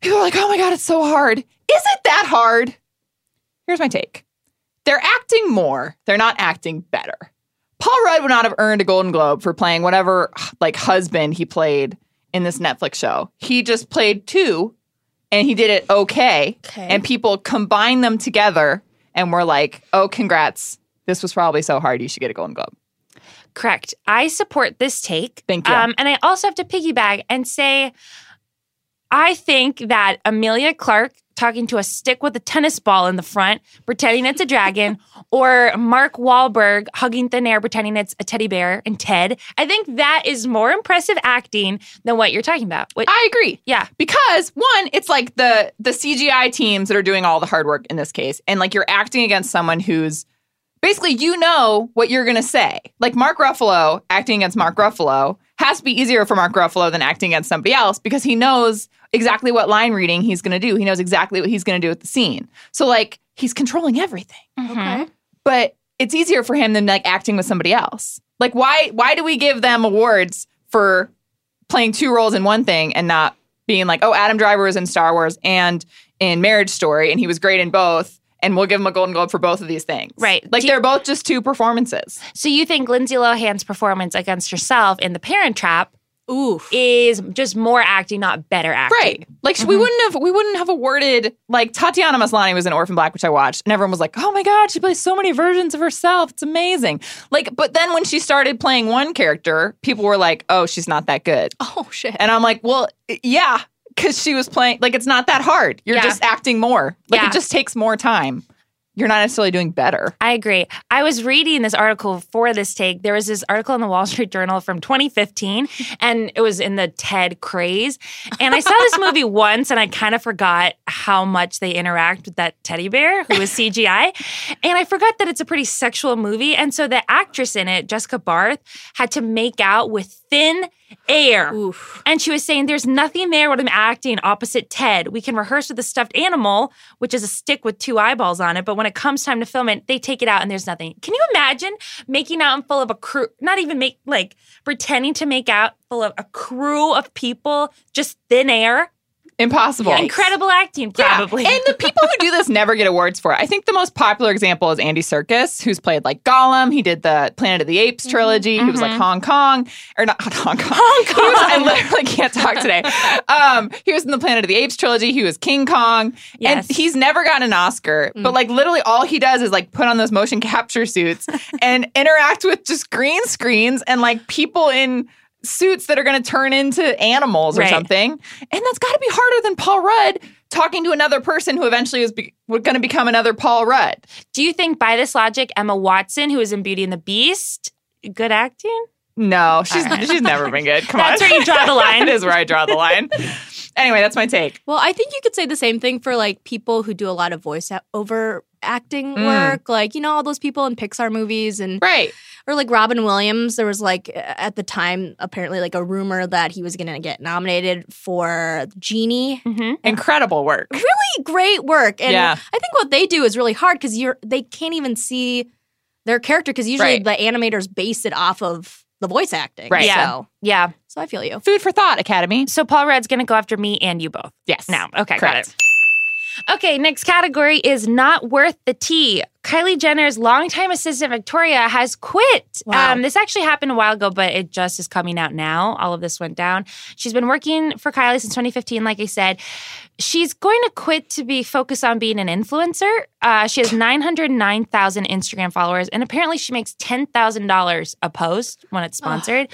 [SPEAKER 2] People are like, oh my god, it's so hard. Is it that hard? Here's my take: They're acting more. They're not acting better. Paul Rudd would not have earned a Golden Globe for playing whatever like husband he played in this Netflix show. He just played two, and he did it okay.
[SPEAKER 3] Okay.
[SPEAKER 2] And people combined them together, and were like, oh, congrats. This was probably so hard. You should get a Golden Globe.
[SPEAKER 1] Correct. I support this take.
[SPEAKER 2] Thank you.
[SPEAKER 1] Um, and I also have to piggyback and say, I think that Amelia Clark talking to a stick with a tennis ball in the front, pretending it's a dragon, or Mark Wahlberg hugging thin air, pretending it's a teddy bear and Ted. I think that is more impressive acting than what you're talking about. What-
[SPEAKER 2] I agree.
[SPEAKER 1] yeah.
[SPEAKER 2] Because one, it's like the the CGI teams that are doing all the hard work in this case. And like you're acting against someone who's basically you know what you're gonna say. Like Mark Ruffalo acting against Mark Ruffalo has to be easier for Mark Ruffalo than acting against somebody else because he knows exactly what line reading he's gonna do. He knows exactly what he's gonna do at the scene. So like he's controlling everything
[SPEAKER 3] Okay.
[SPEAKER 2] but it's easier for him than like acting with somebody else. Like why why do we give them awards for playing two roles in one thing and not being like, oh, Adam Driver was in Star Wars and in Marriage Story, and he was great in both, and we'll give him a Golden Globe for both of these things.
[SPEAKER 1] Right.
[SPEAKER 2] Like
[SPEAKER 1] Do-
[SPEAKER 2] they're both just two performances.
[SPEAKER 1] So you think Lindsay Lohan's performance against herself in The Parent Trap
[SPEAKER 3] Ooh.
[SPEAKER 1] is just more acting, not better acting. Mm-hmm.
[SPEAKER 2] Right. Like we wouldn't have we wouldn't have awarded like Tatiana Maslany was in Orphan Black, which I watched, and everyone was like, "Oh my god, she plays so many versions of herself. It's amazing." Like, but then when she started playing one character, people were like, "Oh, she's not that good,"
[SPEAKER 3] Oh shit.
[SPEAKER 2] and I'm like, "Well, yeah." Because she was playing, like, it's not that hard. You're
[SPEAKER 1] Yeah.
[SPEAKER 2] just acting more. Like,
[SPEAKER 1] Yeah.
[SPEAKER 2] it just takes more time. you're not necessarily doing better.
[SPEAKER 1] I agree. I was reading this article for this take. There was this article in the Wall Street Journal from 2015, and it was in the Ted craze. And I saw this movie once, and I kind of forgot how much they interact with that teddy bear who is CGI. And I forgot that it's a pretty sexual movie. And so the actress in it, Jessica Barth, had to make out with thin air.
[SPEAKER 3] Oof.
[SPEAKER 1] And she was saying, There's nothing there when I'm acting opposite Ted. We can rehearse with a stuffed animal, which is a stick with two eyeballs on it. But when it comes time to film it, they take it out and there's nothing. Can you imagine making out in full of a crew, not even make, like pretending to make out full of a crew of people, just thin air?
[SPEAKER 2] Impossible.
[SPEAKER 1] Incredible acting,
[SPEAKER 2] Yeah.
[SPEAKER 1] probably.
[SPEAKER 2] And the people who do this never get awards for it. I think the most popular example is Andy Serkis, who's played like Gollum. He did the Planet of the Apes trilogy. He was like Hong Kong, or not Hong Kong. Hong Kong. I literally can't talk today. um, he was in the Planet of the Apes trilogy. He was King Kong.
[SPEAKER 1] Yes.
[SPEAKER 2] And he's never gotten an Oscar, but like literally all he does is like put on those motion capture suits and interact with just green screens and like people in suits that are going to turn into animals or
[SPEAKER 1] Right.
[SPEAKER 2] something. And that's got to be harder than Paul Rudd talking to another person who eventually is be- going to become another Paul Rudd.
[SPEAKER 1] Do you think, by this logic, Emma Watson, who is in Beauty and the Beast, good acting?
[SPEAKER 2] No, she's
[SPEAKER 1] All right.
[SPEAKER 2] she's never been good. Come
[SPEAKER 1] That's
[SPEAKER 2] on.
[SPEAKER 1] where you draw the line.
[SPEAKER 2] It is where I draw the line. anyway, that's my take.
[SPEAKER 3] Well, I think you could say the same thing for like people who do a lot of voice a- over acting
[SPEAKER 2] Mm.
[SPEAKER 3] work, like you know all those people in Pixar movies and
[SPEAKER 2] Right.
[SPEAKER 3] or like Robin Williams. There was like at the time apparently like a rumor that he was going to get nominated for Genie.
[SPEAKER 1] hmm
[SPEAKER 2] Mm-hmm. Incredible work.
[SPEAKER 3] Really great work, and
[SPEAKER 2] Yeah.
[SPEAKER 3] I think what they do is really hard because you're they can't even see their character because usually
[SPEAKER 2] Right.
[SPEAKER 3] the animators base it off of the voice acting.
[SPEAKER 2] Right.
[SPEAKER 3] Yeah.
[SPEAKER 1] Yeah.
[SPEAKER 3] So,
[SPEAKER 1] Yeah.
[SPEAKER 3] so I feel you.
[SPEAKER 2] Food for thought, Academy.
[SPEAKER 1] So Paul Rudd's going to go after me and you both.
[SPEAKER 2] Yes.
[SPEAKER 1] No. Okay,
[SPEAKER 2] Correct.
[SPEAKER 1] got it. Okay, next category is not worth the tea. Kylie Jenner's longtime assistant Victoria has quit.
[SPEAKER 3] Wow.
[SPEAKER 1] Um, this actually happened a while ago, but it just is coming out now. All of this went down. She's been working for Kylie since 2015, like I said. She's going to quit to be focused on being an influencer. Uh, she has 909,000 Instagram followers, and apparently she makes $10,000 a post when it's sponsored.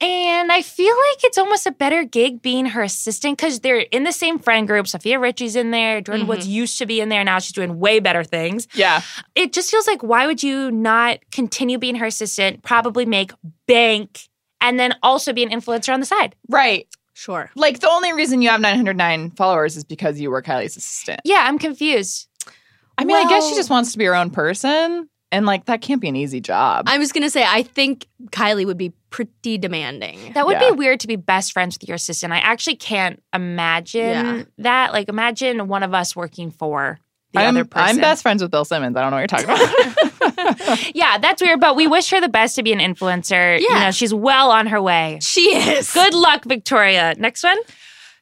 [SPEAKER 1] And I feel like it's almost a better gig being her assistant because they're in the same friend group. Sophia Richie's in there. Jordan Woods
[SPEAKER 3] Mm-hmm.
[SPEAKER 1] used to be in there. Now she's doing way better things.
[SPEAKER 2] Yeah.
[SPEAKER 1] It just feels like why would you not continue being her assistant, probably make bank, and then also be an influencer on the side?
[SPEAKER 2] Right.
[SPEAKER 3] Sure.
[SPEAKER 2] Like the only reason you have 909 followers is because you were Kylie's assistant.
[SPEAKER 1] Yeah, I'm confused.
[SPEAKER 2] I mean, I guess she
[SPEAKER 3] Well-
[SPEAKER 2] just wants to be her own person. And like that can't be an easy job.
[SPEAKER 3] I was going to say I think Kylie would be pretty demanding.
[SPEAKER 1] That would
[SPEAKER 2] Yeah.
[SPEAKER 1] be weird to be best friends with your assistant. I actually can't imagine
[SPEAKER 3] Yeah.
[SPEAKER 1] that. Like, imagine one of us working for the
[SPEAKER 2] I'm,
[SPEAKER 1] other person.
[SPEAKER 2] I'm best friends with Bill Simmons. I don't know what you're talking about.
[SPEAKER 1] Yeah, that's weird, but we wish her the best to be an influencer. You
[SPEAKER 3] Yeah.
[SPEAKER 1] know, she's well on her way.
[SPEAKER 3] She is.
[SPEAKER 1] Good luck, Victoria. Next one.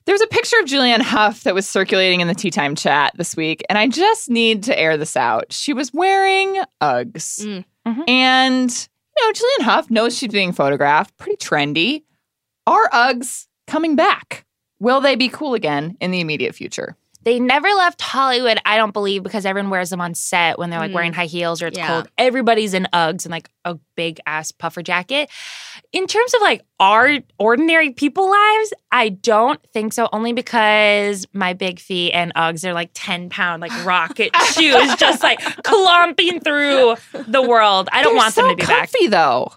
[SPEAKER 2] There's a picture of Julianne Hough that was circulating in the tea time chat this week, and I just need to air this out. She was wearing Uggs,
[SPEAKER 3] Mm.
[SPEAKER 1] Mhm.
[SPEAKER 2] and you know Julianne Hough knows she's being photographed. Pretty trendy. Are Uggs coming back? Will they be cool again in the immediate future?
[SPEAKER 1] They never left Hollywood, I don't believe, because everyone wears them on set when they're like
[SPEAKER 3] Mm.
[SPEAKER 1] wearing high heels or it's
[SPEAKER 3] Yeah.
[SPEAKER 1] cold. Everybody's in Uggs and like a big ass puffer jacket. In terms of like our ordinary people lives, I don't think so, only because my big feet and Uggs are like 10 pound like rocket shoes just like clomping through the world. I don't
[SPEAKER 2] They're
[SPEAKER 1] want
[SPEAKER 2] so
[SPEAKER 1] them to be back.
[SPEAKER 2] comfy though.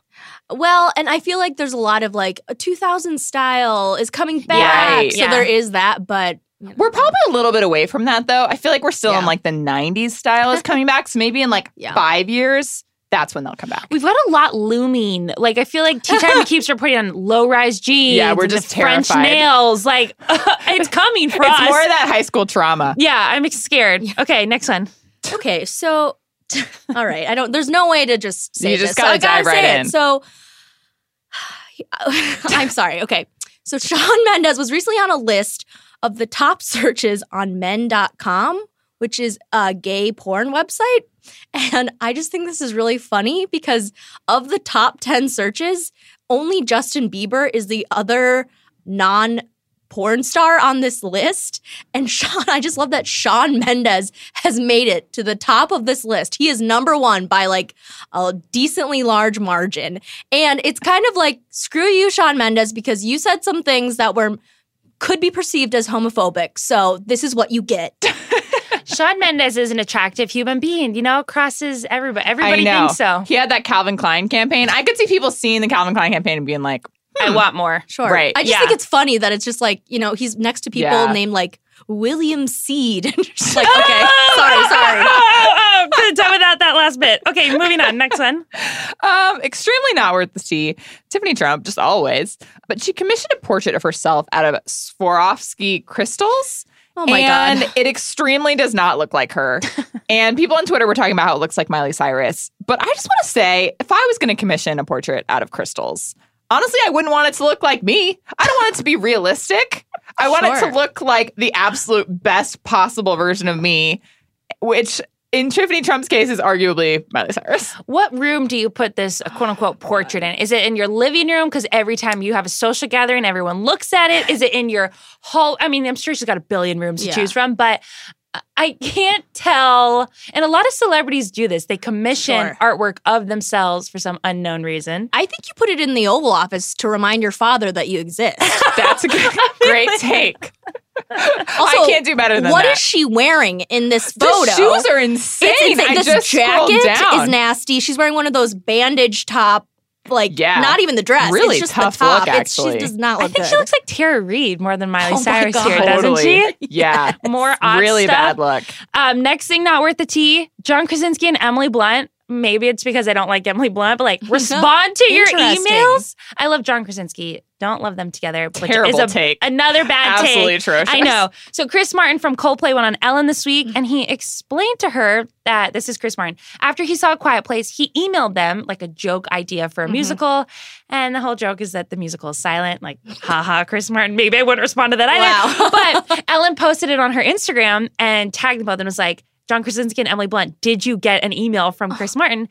[SPEAKER 3] Well, and I feel like there's a lot of like a 2000 style is coming back.
[SPEAKER 2] Right.
[SPEAKER 3] So
[SPEAKER 1] Yeah.
[SPEAKER 3] there is that, but you know.
[SPEAKER 2] We're probably a little bit away from that though. I feel like we're still in
[SPEAKER 3] Yeah.
[SPEAKER 2] like the '90s style is coming back. So maybe in like
[SPEAKER 3] Yeah.
[SPEAKER 2] five years, that's when they'll come back.
[SPEAKER 1] We've got a lot looming. Like I feel like Tea Time keeps reporting on low-rise jeans.
[SPEAKER 2] Yeah, we're
[SPEAKER 1] and
[SPEAKER 2] just
[SPEAKER 1] the French
[SPEAKER 2] terrified.
[SPEAKER 1] nails. Like it's coming for
[SPEAKER 2] It's
[SPEAKER 1] us.
[SPEAKER 2] more of that high school trauma.
[SPEAKER 1] yeah, I'm scared. Okay, next one.
[SPEAKER 3] okay, so all right, I don't there's no way to just say
[SPEAKER 2] You just
[SPEAKER 3] this. so
[SPEAKER 2] gotta
[SPEAKER 3] I gotta
[SPEAKER 2] dive right
[SPEAKER 3] say
[SPEAKER 2] in.
[SPEAKER 3] it. So I'm sorry. Okay. So Sean Mendez was recently on a list of the top searches on men.com, which is a gay porn website. And I just think this is really funny because of the top 10 searches, only Justin Bieber is the other non porn star on this list. And Sean, I just love that Sean Mendez has made it to the top of this list. He is number one by like a decently large margin. And it's kind of like, screw you, Sean Mendez, because you said some things that were could be perceived as homophobic. So this is what you get.
[SPEAKER 1] Sean Mendez is an attractive human being, you know, crosses everybody. Everybody
[SPEAKER 2] I know.
[SPEAKER 1] thinks so.
[SPEAKER 2] He had that Calvin Klein campaign. I could see people seeing the Calvin Klein campaign and being like,
[SPEAKER 1] I want more.
[SPEAKER 3] Sure.
[SPEAKER 2] Right,
[SPEAKER 3] I just
[SPEAKER 1] yeah.
[SPEAKER 3] think it's funny that it's just like, you know, he's next to people
[SPEAKER 2] Yeah.
[SPEAKER 3] named like William Seed. And you're just like, okay, sorry, sorry.
[SPEAKER 1] oh, oh, oh. Done without that last bit. Okay, moving on. Next one.
[SPEAKER 2] um, extremely not worth the see. Tiffany Trump, just always. But she commissioned a portrait of herself out of Swarovski crystals.
[SPEAKER 3] Oh my
[SPEAKER 2] and
[SPEAKER 3] God.
[SPEAKER 2] it extremely does not look like her. and people on Twitter were talking about how it looks like Miley Cyrus. But I just want to say, if I was going to commission a portrait out of crystals, honestly, I wouldn't want it to look like me. I don't want it to be realistic. I want it
[SPEAKER 3] Sure.
[SPEAKER 2] to look like the absolute best possible version of me, which in Tiffany Trump's case is arguably Miley Cyrus.
[SPEAKER 1] What room do you put this uh, quote unquote portrait in? Is it in your living room? Because every time you have a social gathering, everyone looks at it. Is it in your hall? I mean, I'm sure she's got a billion rooms
[SPEAKER 3] Yeah.
[SPEAKER 1] to choose from, but I- I can't tell. And a lot of celebrities do this. They commission
[SPEAKER 3] Sure.
[SPEAKER 1] artwork of themselves for some unknown reason.
[SPEAKER 3] I think you put it in the Oval Office to remind your father that you exist.
[SPEAKER 2] That's a good, great take.
[SPEAKER 3] Also,
[SPEAKER 2] I can't do better than
[SPEAKER 3] What
[SPEAKER 2] that.
[SPEAKER 3] is she wearing in this
[SPEAKER 2] the
[SPEAKER 3] photo?
[SPEAKER 2] shoes are insane.
[SPEAKER 3] It's insane.
[SPEAKER 2] I
[SPEAKER 3] this
[SPEAKER 2] just scrolled
[SPEAKER 3] jacket
[SPEAKER 2] down.
[SPEAKER 3] is nasty. She's wearing one of those bandage top, like
[SPEAKER 2] Yeah.
[SPEAKER 3] not even the dress.
[SPEAKER 2] Really
[SPEAKER 3] it's just
[SPEAKER 2] tough
[SPEAKER 3] the
[SPEAKER 2] look,
[SPEAKER 3] top. It's, she
[SPEAKER 2] actually.
[SPEAKER 3] does not
[SPEAKER 1] I
[SPEAKER 3] look
[SPEAKER 1] think she
[SPEAKER 3] good.
[SPEAKER 1] looks like Tara Reid more than Miley
[SPEAKER 3] Oh my
[SPEAKER 1] Cyrus
[SPEAKER 3] God.
[SPEAKER 1] here, doesn't she?
[SPEAKER 2] Yeah.
[SPEAKER 1] More odd
[SPEAKER 2] really
[SPEAKER 1] stuff.
[SPEAKER 2] bad luck.
[SPEAKER 1] Um, next thing not worth the tea, John Krasinski and Emily Blunt. Maybe it's because I don't like Emily Blunt, but like respond to your
[SPEAKER 3] Interesting.
[SPEAKER 1] emails. I love John Krasinski. Don't love them together. Which
[SPEAKER 2] Terrible
[SPEAKER 1] is a,
[SPEAKER 2] take.
[SPEAKER 1] Another bad
[SPEAKER 2] Absolutely
[SPEAKER 1] take.
[SPEAKER 2] atrocious. Mm.
[SPEAKER 1] I know. So Chris Martin from Coldplay went on Ellen this week, and he explained to her that this is Chris Martin. After he saw A Quiet Place, he emailed them like a joke idea
[SPEAKER 2] Mm-hmm.
[SPEAKER 1] for a musical, and the whole joke is that the musical is silent. Like, haha, Chris Martin. Maybe I wouldn't respond to that either. but Ellen posted it on her Instagram and tagged them both and was like, "John Krasinski and Emily Blunt, did you get an email from Chris Martin?"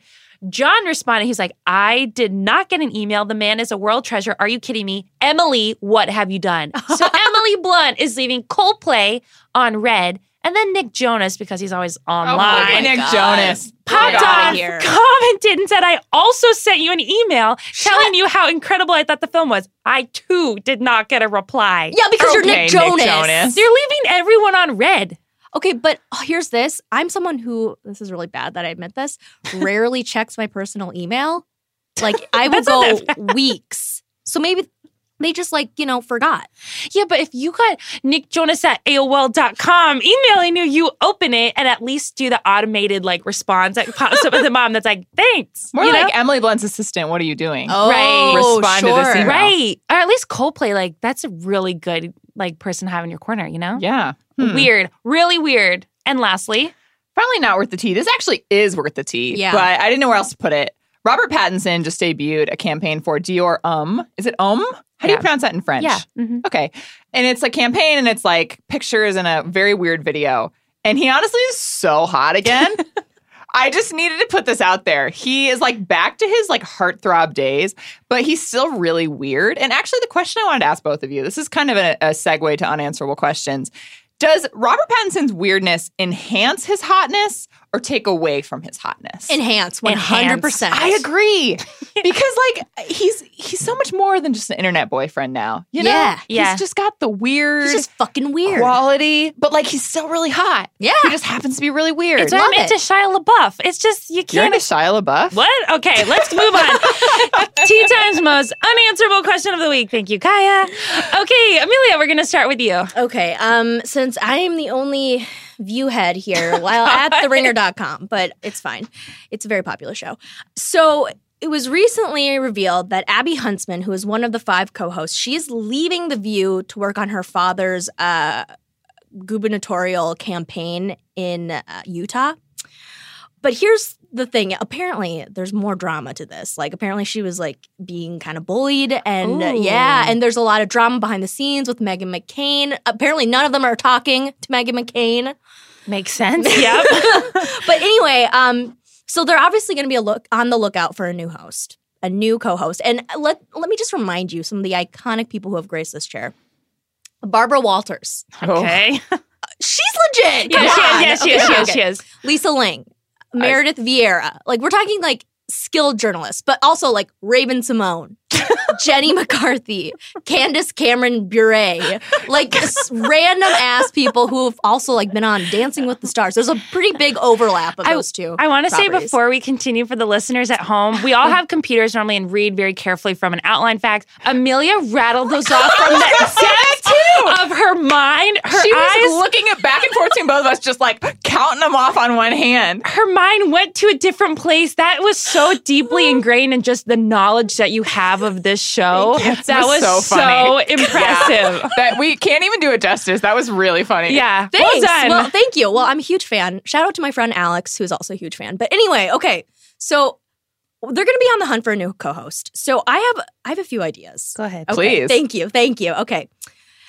[SPEAKER 1] John responded, he's like, I did not get an email. The man is a world treasure. Are you kidding me? Emily, what have you done? So Emily Blunt is leaving Coldplay on red. And then Nick Jonas, because he's always
[SPEAKER 2] Oh my
[SPEAKER 1] online,
[SPEAKER 2] Nick
[SPEAKER 3] God.
[SPEAKER 2] Jonas.
[SPEAKER 1] popped
[SPEAKER 2] Get outta
[SPEAKER 1] on,
[SPEAKER 3] here.
[SPEAKER 1] commented, and said, I also sent you an email telling you how incredible I thought the film was. I too did not get a reply.
[SPEAKER 3] yeah, because you're
[SPEAKER 2] Okay,
[SPEAKER 3] Nick
[SPEAKER 2] Nick
[SPEAKER 3] Jonas.
[SPEAKER 2] Jonas.
[SPEAKER 1] They're leaving everyone on red.
[SPEAKER 3] Okay, but oh, here's this. I'm someone who this is really bad that I admit this. Rarely checks my personal email. Like I will
[SPEAKER 1] That's not
[SPEAKER 3] go weeks. So maybe they just like you know forgot.
[SPEAKER 1] Yeah, but if you got Nick Jonas at AOL.com emailing you, you open it and at least do the automated like response that pops up with the mom that's like, thanks.
[SPEAKER 2] More
[SPEAKER 1] you know?
[SPEAKER 2] like Emily Blunt's assistant. What are you doing?
[SPEAKER 3] Oh,
[SPEAKER 2] Respond to this
[SPEAKER 3] sure.
[SPEAKER 2] email.
[SPEAKER 1] right. Or at least Coldplay, like that's a really good like person to have in your corner, you know?
[SPEAKER 2] Yeah. Hmm.
[SPEAKER 1] Weird. Really weird. And lastly,
[SPEAKER 2] Probably not worth the tea. This actually is worth the tea.
[SPEAKER 3] Yeah.
[SPEAKER 2] But I didn't know where else to put it. Robert Pattinson just debuted a campaign for Dior Um. Is it Um? How do you
[SPEAKER 1] Yeah.
[SPEAKER 2] pronounce that in French?
[SPEAKER 1] yeah. mhm.
[SPEAKER 2] Okay. And it's a campaign and it's like pictures and a very weird video. And he honestly is so hot again. I just needed to put this out there. He is like back to his like heartthrob days, but he's still really weird. And actually, the question I wanted to ask both of you this is kind of a, a segue to unanswerable questions. Does Robert Pattinson's weirdness enhance his hotness or take away from his hotness?
[SPEAKER 3] Enhance one hundred percent.
[SPEAKER 2] I agree because like he's he's so much more than just an internet boyfriend now. You know,
[SPEAKER 3] Yeah.
[SPEAKER 1] Yeah.
[SPEAKER 2] He's just got the weird
[SPEAKER 3] It's just fucking weird.
[SPEAKER 2] quality, but like he's still really hot.
[SPEAKER 3] Yeah.
[SPEAKER 2] he just happens to be really weird.
[SPEAKER 1] It's why I'm
[SPEAKER 3] Love
[SPEAKER 1] into
[SPEAKER 3] it.
[SPEAKER 1] Shia LaBeouf. It's just you
[SPEAKER 2] You're
[SPEAKER 1] can't
[SPEAKER 2] into Shia LaBeouf.
[SPEAKER 1] What? Okay, let's move on. Tea Time's most unanswerable question of the week. Thank you, Kaya. Okay, Amelia, we're going to start with you.
[SPEAKER 3] Okay. Um, since I am the only view head here while at theringer.com, but it's fine. It's a very popular show. So it was recently revealed that Abby Huntsman, who is one of the five co-hosts, she is leaving the View to work on her father's uh, gubernatorial campaign in uh, Utah. But here's the thing. Apparently, there's more drama to this. Like, apparently, she was like being kind of bullied, and uh,
[SPEAKER 1] Ooh.
[SPEAKER 3] yeah, and there's a lot of drama behind the scenes with Megan McCain. Apparently, none of them are talking to Megan McCain.
[SPEAKER 1] Makes sense. Yep.
[SPEAKER 3] But anyway, um, so they're obviously going to be a look on the lookout for a new host, a new co-host, and let let me just remind you some of the iconic people who have graced this chair. Barbara Walters,
[SPEAKER 2] Oh.
[SPEAKER 1] okay.
[SPEAKER 3] she's legit.
[SPEAKER 1] Yeah,
[SPEAKER 3] Come
[SPEAKER 1] she is.
[SPEAKER 3] on.
[SPEAKER 1] Yeah, she
[SPEAKER 3] Okay,
[SPEAKER 1] is. She
[SPEAKER 3] okay,
[SPEAKER 1] is.
[SPEAKER 3] okay.
[SPEAKER 1] She is.
[SPEAKER 3] Lisa Ling, Meredith Vieira. Like we're talking like skilled journalists, but also like Raven Simone, Jenny McCarthy, Candace Cameron Bure, like s- random ass people who have also like been on Dancing with the Stars. There's a pretty big overlap of
[SPEAKER 1] I-
[SPEAKER 3] those two.
[SPEAKER 1] I want to say
[SPEAKER 3] properties.
[SPEAKER 1] before we continue for the listeners at home, we all have computers normally and read very carefully from an outline fact. Amelia rattled those off from the depth of her mind. Her
[SPEAKER 2] she
[SPEAKER 1] eyes,
[SPEAKER 2] was looking at back and forth between both of us, just like counting them off on one hand.
[SPEAKER 1] her mind went to a different place. That was so deeply ingrained in just the knowledge that you have of this show. that was
[SPEAKER 2] was
[SPEAKER 1] so,
[SPEAKER 2] so funny.
[SPEAKER 1] impressive. Yeah.
[SPEAKER 2] That we can't even do it justice. That was really funny.
[SPEAKER 1] well
[SPEAKER 3] Thanks.
[SPEAKER 1] done.
[SPEAKER 3] Well, thank you. Well, I'm a huge fan. Shout out to my friend Alex, who's also a huge fan. But anyway, okay. So they're going to be on the hunt for a new co-host. So I have I have a few ideas.
[SPEAKER 1] Go ahead.
[SPEAKER 3] Okay,
[SPEAKER 2] Please.
[SPEAKER 3] Thank you. Thank you. Okay.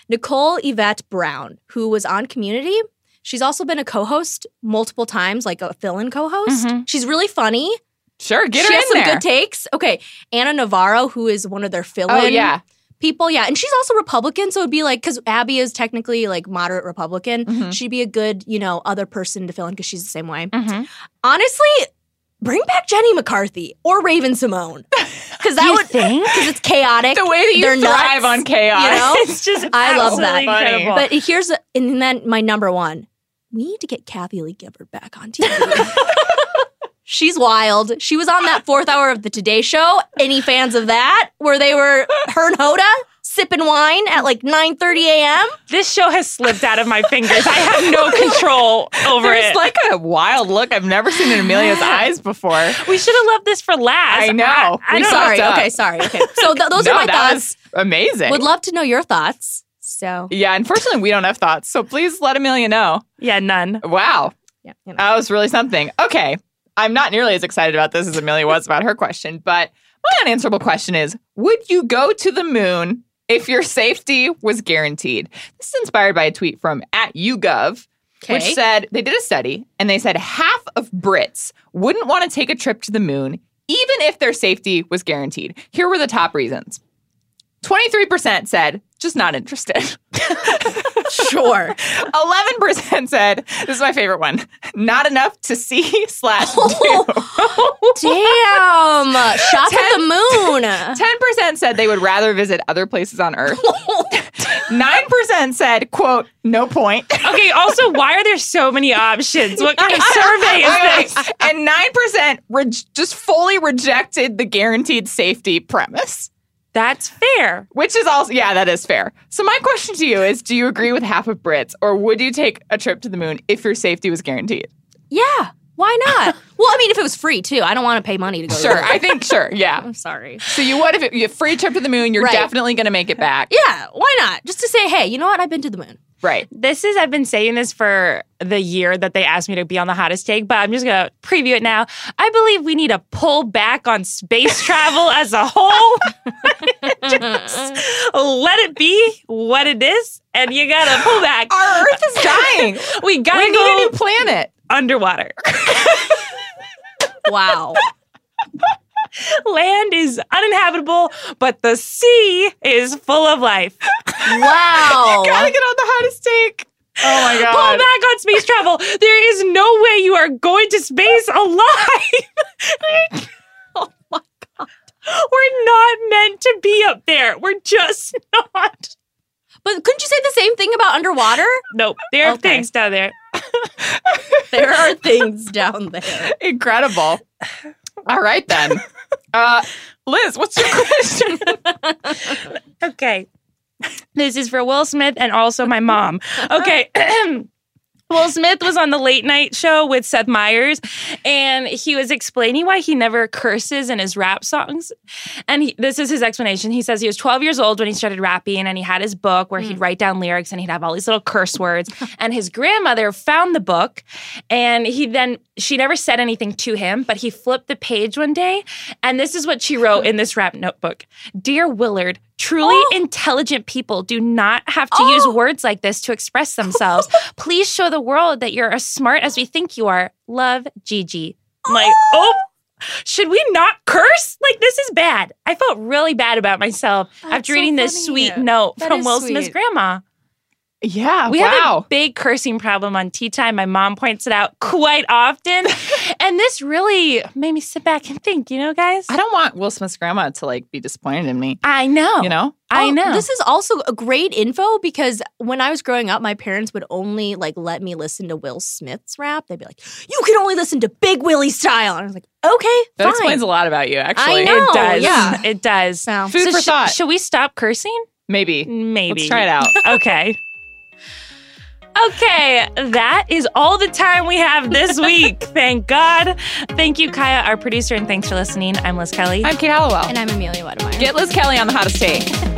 [SPEAKER 3] Nicole Yvette Brown, who was on Community. She's also been a co-host multiple times, like a fill-in co-host.
[SPEAKER 1] Mhm.
[SPEAKER 3] She's really funny.
[SPEAKER 2] Sure, Mm-hmm. get
[SPEAKER 3] she
[SPEAKER 2] her
[SPEAKER 3] has
[SPEAKER 2] in
[SPEAKER 3] some
[SPEAKER 2] there.
[SPEAKER 3] good takes. Okay. Anna Navarro, who is one of their fill-in
[SPEAKER 2] oh yeah,
[SPEAKER 3] people. Yeah. And she's also Republican. So it'd be like, because Abby is technically like moderate Republican.
[SPEAKER 2] Mhm.
[SPEAKER 3] She'd be a good, you know, other person to fill in because she's the same way.
[SPEAKER 2] Mm-hmm.
[SPEAKER 1] Mhm.
[SPEAKER 3] Honestly, bring back Jenny McCarthy or Raven Simone. Because that
[SPEAKER 1] You
[SPEAKER 3] would,
[SPEAKER 1] think?
[SPEAKER 3] because it's chaotic.
[SPEAKER 2] the way that you
[SPEAKER 3] They're
[SPEAKER 2] thrive
[SPEAKER 3] nuts,
[SPEAKER 2] on chaos.
[SPEAKER 3] you know?
[SPEAKER 1] It's just
[SPEAKER 3] I love that.
[SPEAKER 1] absolutely
[SPEAKER 2] Funny.
[SPEAKER 1] incredible.
[SPEAKER 3] But here's, a, and then my number one we need to get Kathy Lee Gibbard back on TV. She's wild. She was on that fourth hour of the Today Show. Any fans of that? Where they were her and Hoda sipping wine at like 9:30 a.m.
[SPEAKER 1] this show has slipped out of my fingers. I have no control over
[SPEAKER 2] There's
[SPEAKER 1] it.
[SPEAKER 2] like a wild look I've never seen in Amelia's eyes before.
[SPEAKER 1] we should have left this for last.
[SPEAKER 2] I know.
[SPEAKER 1] I
[SPEAKER 2] We
[SPEAKER 1] don't-
[SPEAKER 2] saw-
[SPEAKER 3] Sorry.
[SPEAKER 2] What's up?
[SPEAKER 3] Okay. Sorry. Okay. So th- those
[SPEAKER 2] No,
[SPEAKER 3] are my
[SPEAKER 2] that
[SPEAKER 3] thoughts.
[SPEAKER 2] was amazing.
[SPEAKER 3] Would love to know your thoughts. So
[SPEAKER 2] yeah, unfortunately, we don't have thoughts, so please let Amelia know.
[SPEAKER 1] yeah, none.
[SPEAKER 2] Wow,
[SPEAKER 3] yeah, you know.
[SPEAKER 2] that was really something. Okay, I'm not nearly as excited about this as Amelia was about her question, but my unanswerable question is: Would you go to the moon if your safety was guaranteed? This is inspired by a tweet from at YouGov.
[SPEAKER 3] Okay.
[SPEAKER 2] Which said they did a study and they said half of Brits wouldn't want to take a trip to the moon even if their safety was guaranteed. Here were the top reasons 23% said, just not interested.
[SPEAKER 3] sure.
[SPEAKER 2] 11% said, this is my favorite one, not enough to see slash do.
[SPEAKER 3] Oh, Damn. Shot at the moon.
[SPEAKER 2] 10% said they would rather visit other places on Earth. 9% said, quote, no point.
[SPEAKER 1] Okay. Also, why are there so many options? What kind of survey
[SPEAKER 2] Wait,
[SPEAKER 1] is this?
[SPEAKER 2] wait. And nine percent re- just fully rejected the guaranteed safety premise,
[SPEAKER 1] That's fair.
[SPEAKER 2] which is also yeah, that is fair. So my question to you is: Do you agree with half of Brits, or would you take a trip to the moon if your safety was guaranteed?
[SPEAKER 3] Yeah. Why not? Well, I mean, if it was free too, I don't want to pay money to go. to
[SPEAKER 2] Sure,
[SPEAKER 3] the-
[SPEAKER 2] I think sure, yeah.
[SPEAKER 3] I'm sorry.
[SPEAKER 2] So you would if it, you free trip to the moon, you're
[SPEAKER 3] Right.
[SPEAKER 2] definitely going to make it back,
[SPEAKER 3] Yeah. Why not? Just to say, hey, you know what? I've been to the moon.
[SPEAKER 2] right?
[SPEAKER 1] This is, I've been saying this for the year that they asked me to be on the hottest take, but I'm just going to preview it now. I believe we need a pull back on space travel as a whole. just let it be what it is, and you got to pull back.
[SPEAKER 2] Our Earth is dying.
[SPEAKER 1] We got
[SPEAKER 2] we
[SPEAKER 1] to
[SPEAKER 2] need a
[SPEAKER 1] go
[SPEAKER 2] new planet.
[SPEAKER 1] underwater.
[SPEAKER 3] Wow.
[SPEAKER 1] Land is uninhabitable, but the sea is full of life.
[SPEAKER 3] Wow.
[SPEAKER 1] Oh.
[SPEAKER 2] Gotta get on the hottest take. Oh my god!
[SPEAKER 1] Pull back on space travel. There is no way you are going to space alive. oh my god. We're not meant to be up there. We're just not.
[SPEAKER 3] But couldn't you say the same thing about underwater?
[SPEAKER 1] Nope. There are
[SPEAKER 3] Okay.
[SPEAKER 1] things down there.
[SPEAKER 3] There are things down there.
[SPEAKER 2] Incredible. All right then. Uh, Liz, what's your question?
[SPEAKER 1] Okay. This is for Will Smith and also my mom. Okay. Will Smith was on the late night show with Seth Meyers, and he was explaining why he never curses in his rap songs. And he, this is his explanation. He says he was 12 years old when he started rapping, and he had his book where he'd write down lyrics and he'd have all these little curse words. and his grandmother found the book, and he then, she never said anything to him, but he flipped the page one day, and this is what she wrote in this rap notebook Dear Willard, Truly intelligent people do not have to use words like this to express themselves. Please show the world that you're as smart as we think you are. Love, Gigi. I'm like, oh, should we not curse? Like, this is bad. I felt really bad about myself after
[SPEAKER 4] so
[SPEAKER 1] reading this
[SPEAKER 4] funny.
[SPEAKER 1] sweet note
[SPEAKER 4] That
[SPEAKER 1] from
[SPEAKER 4] is
[SPEAKER 1] Will Smith's
[SPEAKER 4] sweet.
[SPEAKER 1] grandma.
[SPEAKER 2] Yeah.
[SPEAKER 1] We have
[SPEAKER 2] Oh, wow.
[SPEAKER 1] a big cursing problem on tea time. My mom points it out quite often. and this really made me sit back and think, you know, guys?
[SPEAKER 2] I don't want Will Smith's grandma to like be disappointed in me.
[SPEAKER 1] I know.
[SPEAKER 2] You know?
[SPEAKER 1] I
[SPEAKER 3] Oh,
[SPEAKER 1] know.
[SPEAKER 3] This is also a great info because when I was growing up, my parents would only like let me listen to Will Smith's rap. They'd be like, "You can only listen to Big Willie style," and I was like, "Okay,
[SPEAKER 2] That
[SPEAKER 3] fine."
[SPEAKER 2] explains a lot about you,
[SPEAKER 3] I
[SPEAKER 2] actually.
[SPEAKER 3] know.
[SPEAKER 1] it does.
[SPEAKER 3] yeah.
[SPEAKER 1] It does.
[SPEAKER 3] So-
[SPEAKER 2] Food for
[SPEAKER 1] sh-
[SPEAKER 2] thought.
[SPEAKER 1] Should we stop cursing?
[SPEAKER 2] Maybe.
[SPEAKER 1] Maybe.
[SPEAKER 2] Let's try it out.
[SPEAKER 1] Okay. Okay, that is all the time we have this week. Thank God. Thank you, Kaya, our producer, and thanks for listening. I'm Liz Kelly.
[SPEAKER 2] I'm Kate Hallowell.
[SPEAKER 3] and I'm Amelia Wedemeyer.
[SPEAKER 2] Get Liz Kelly on the hottest take.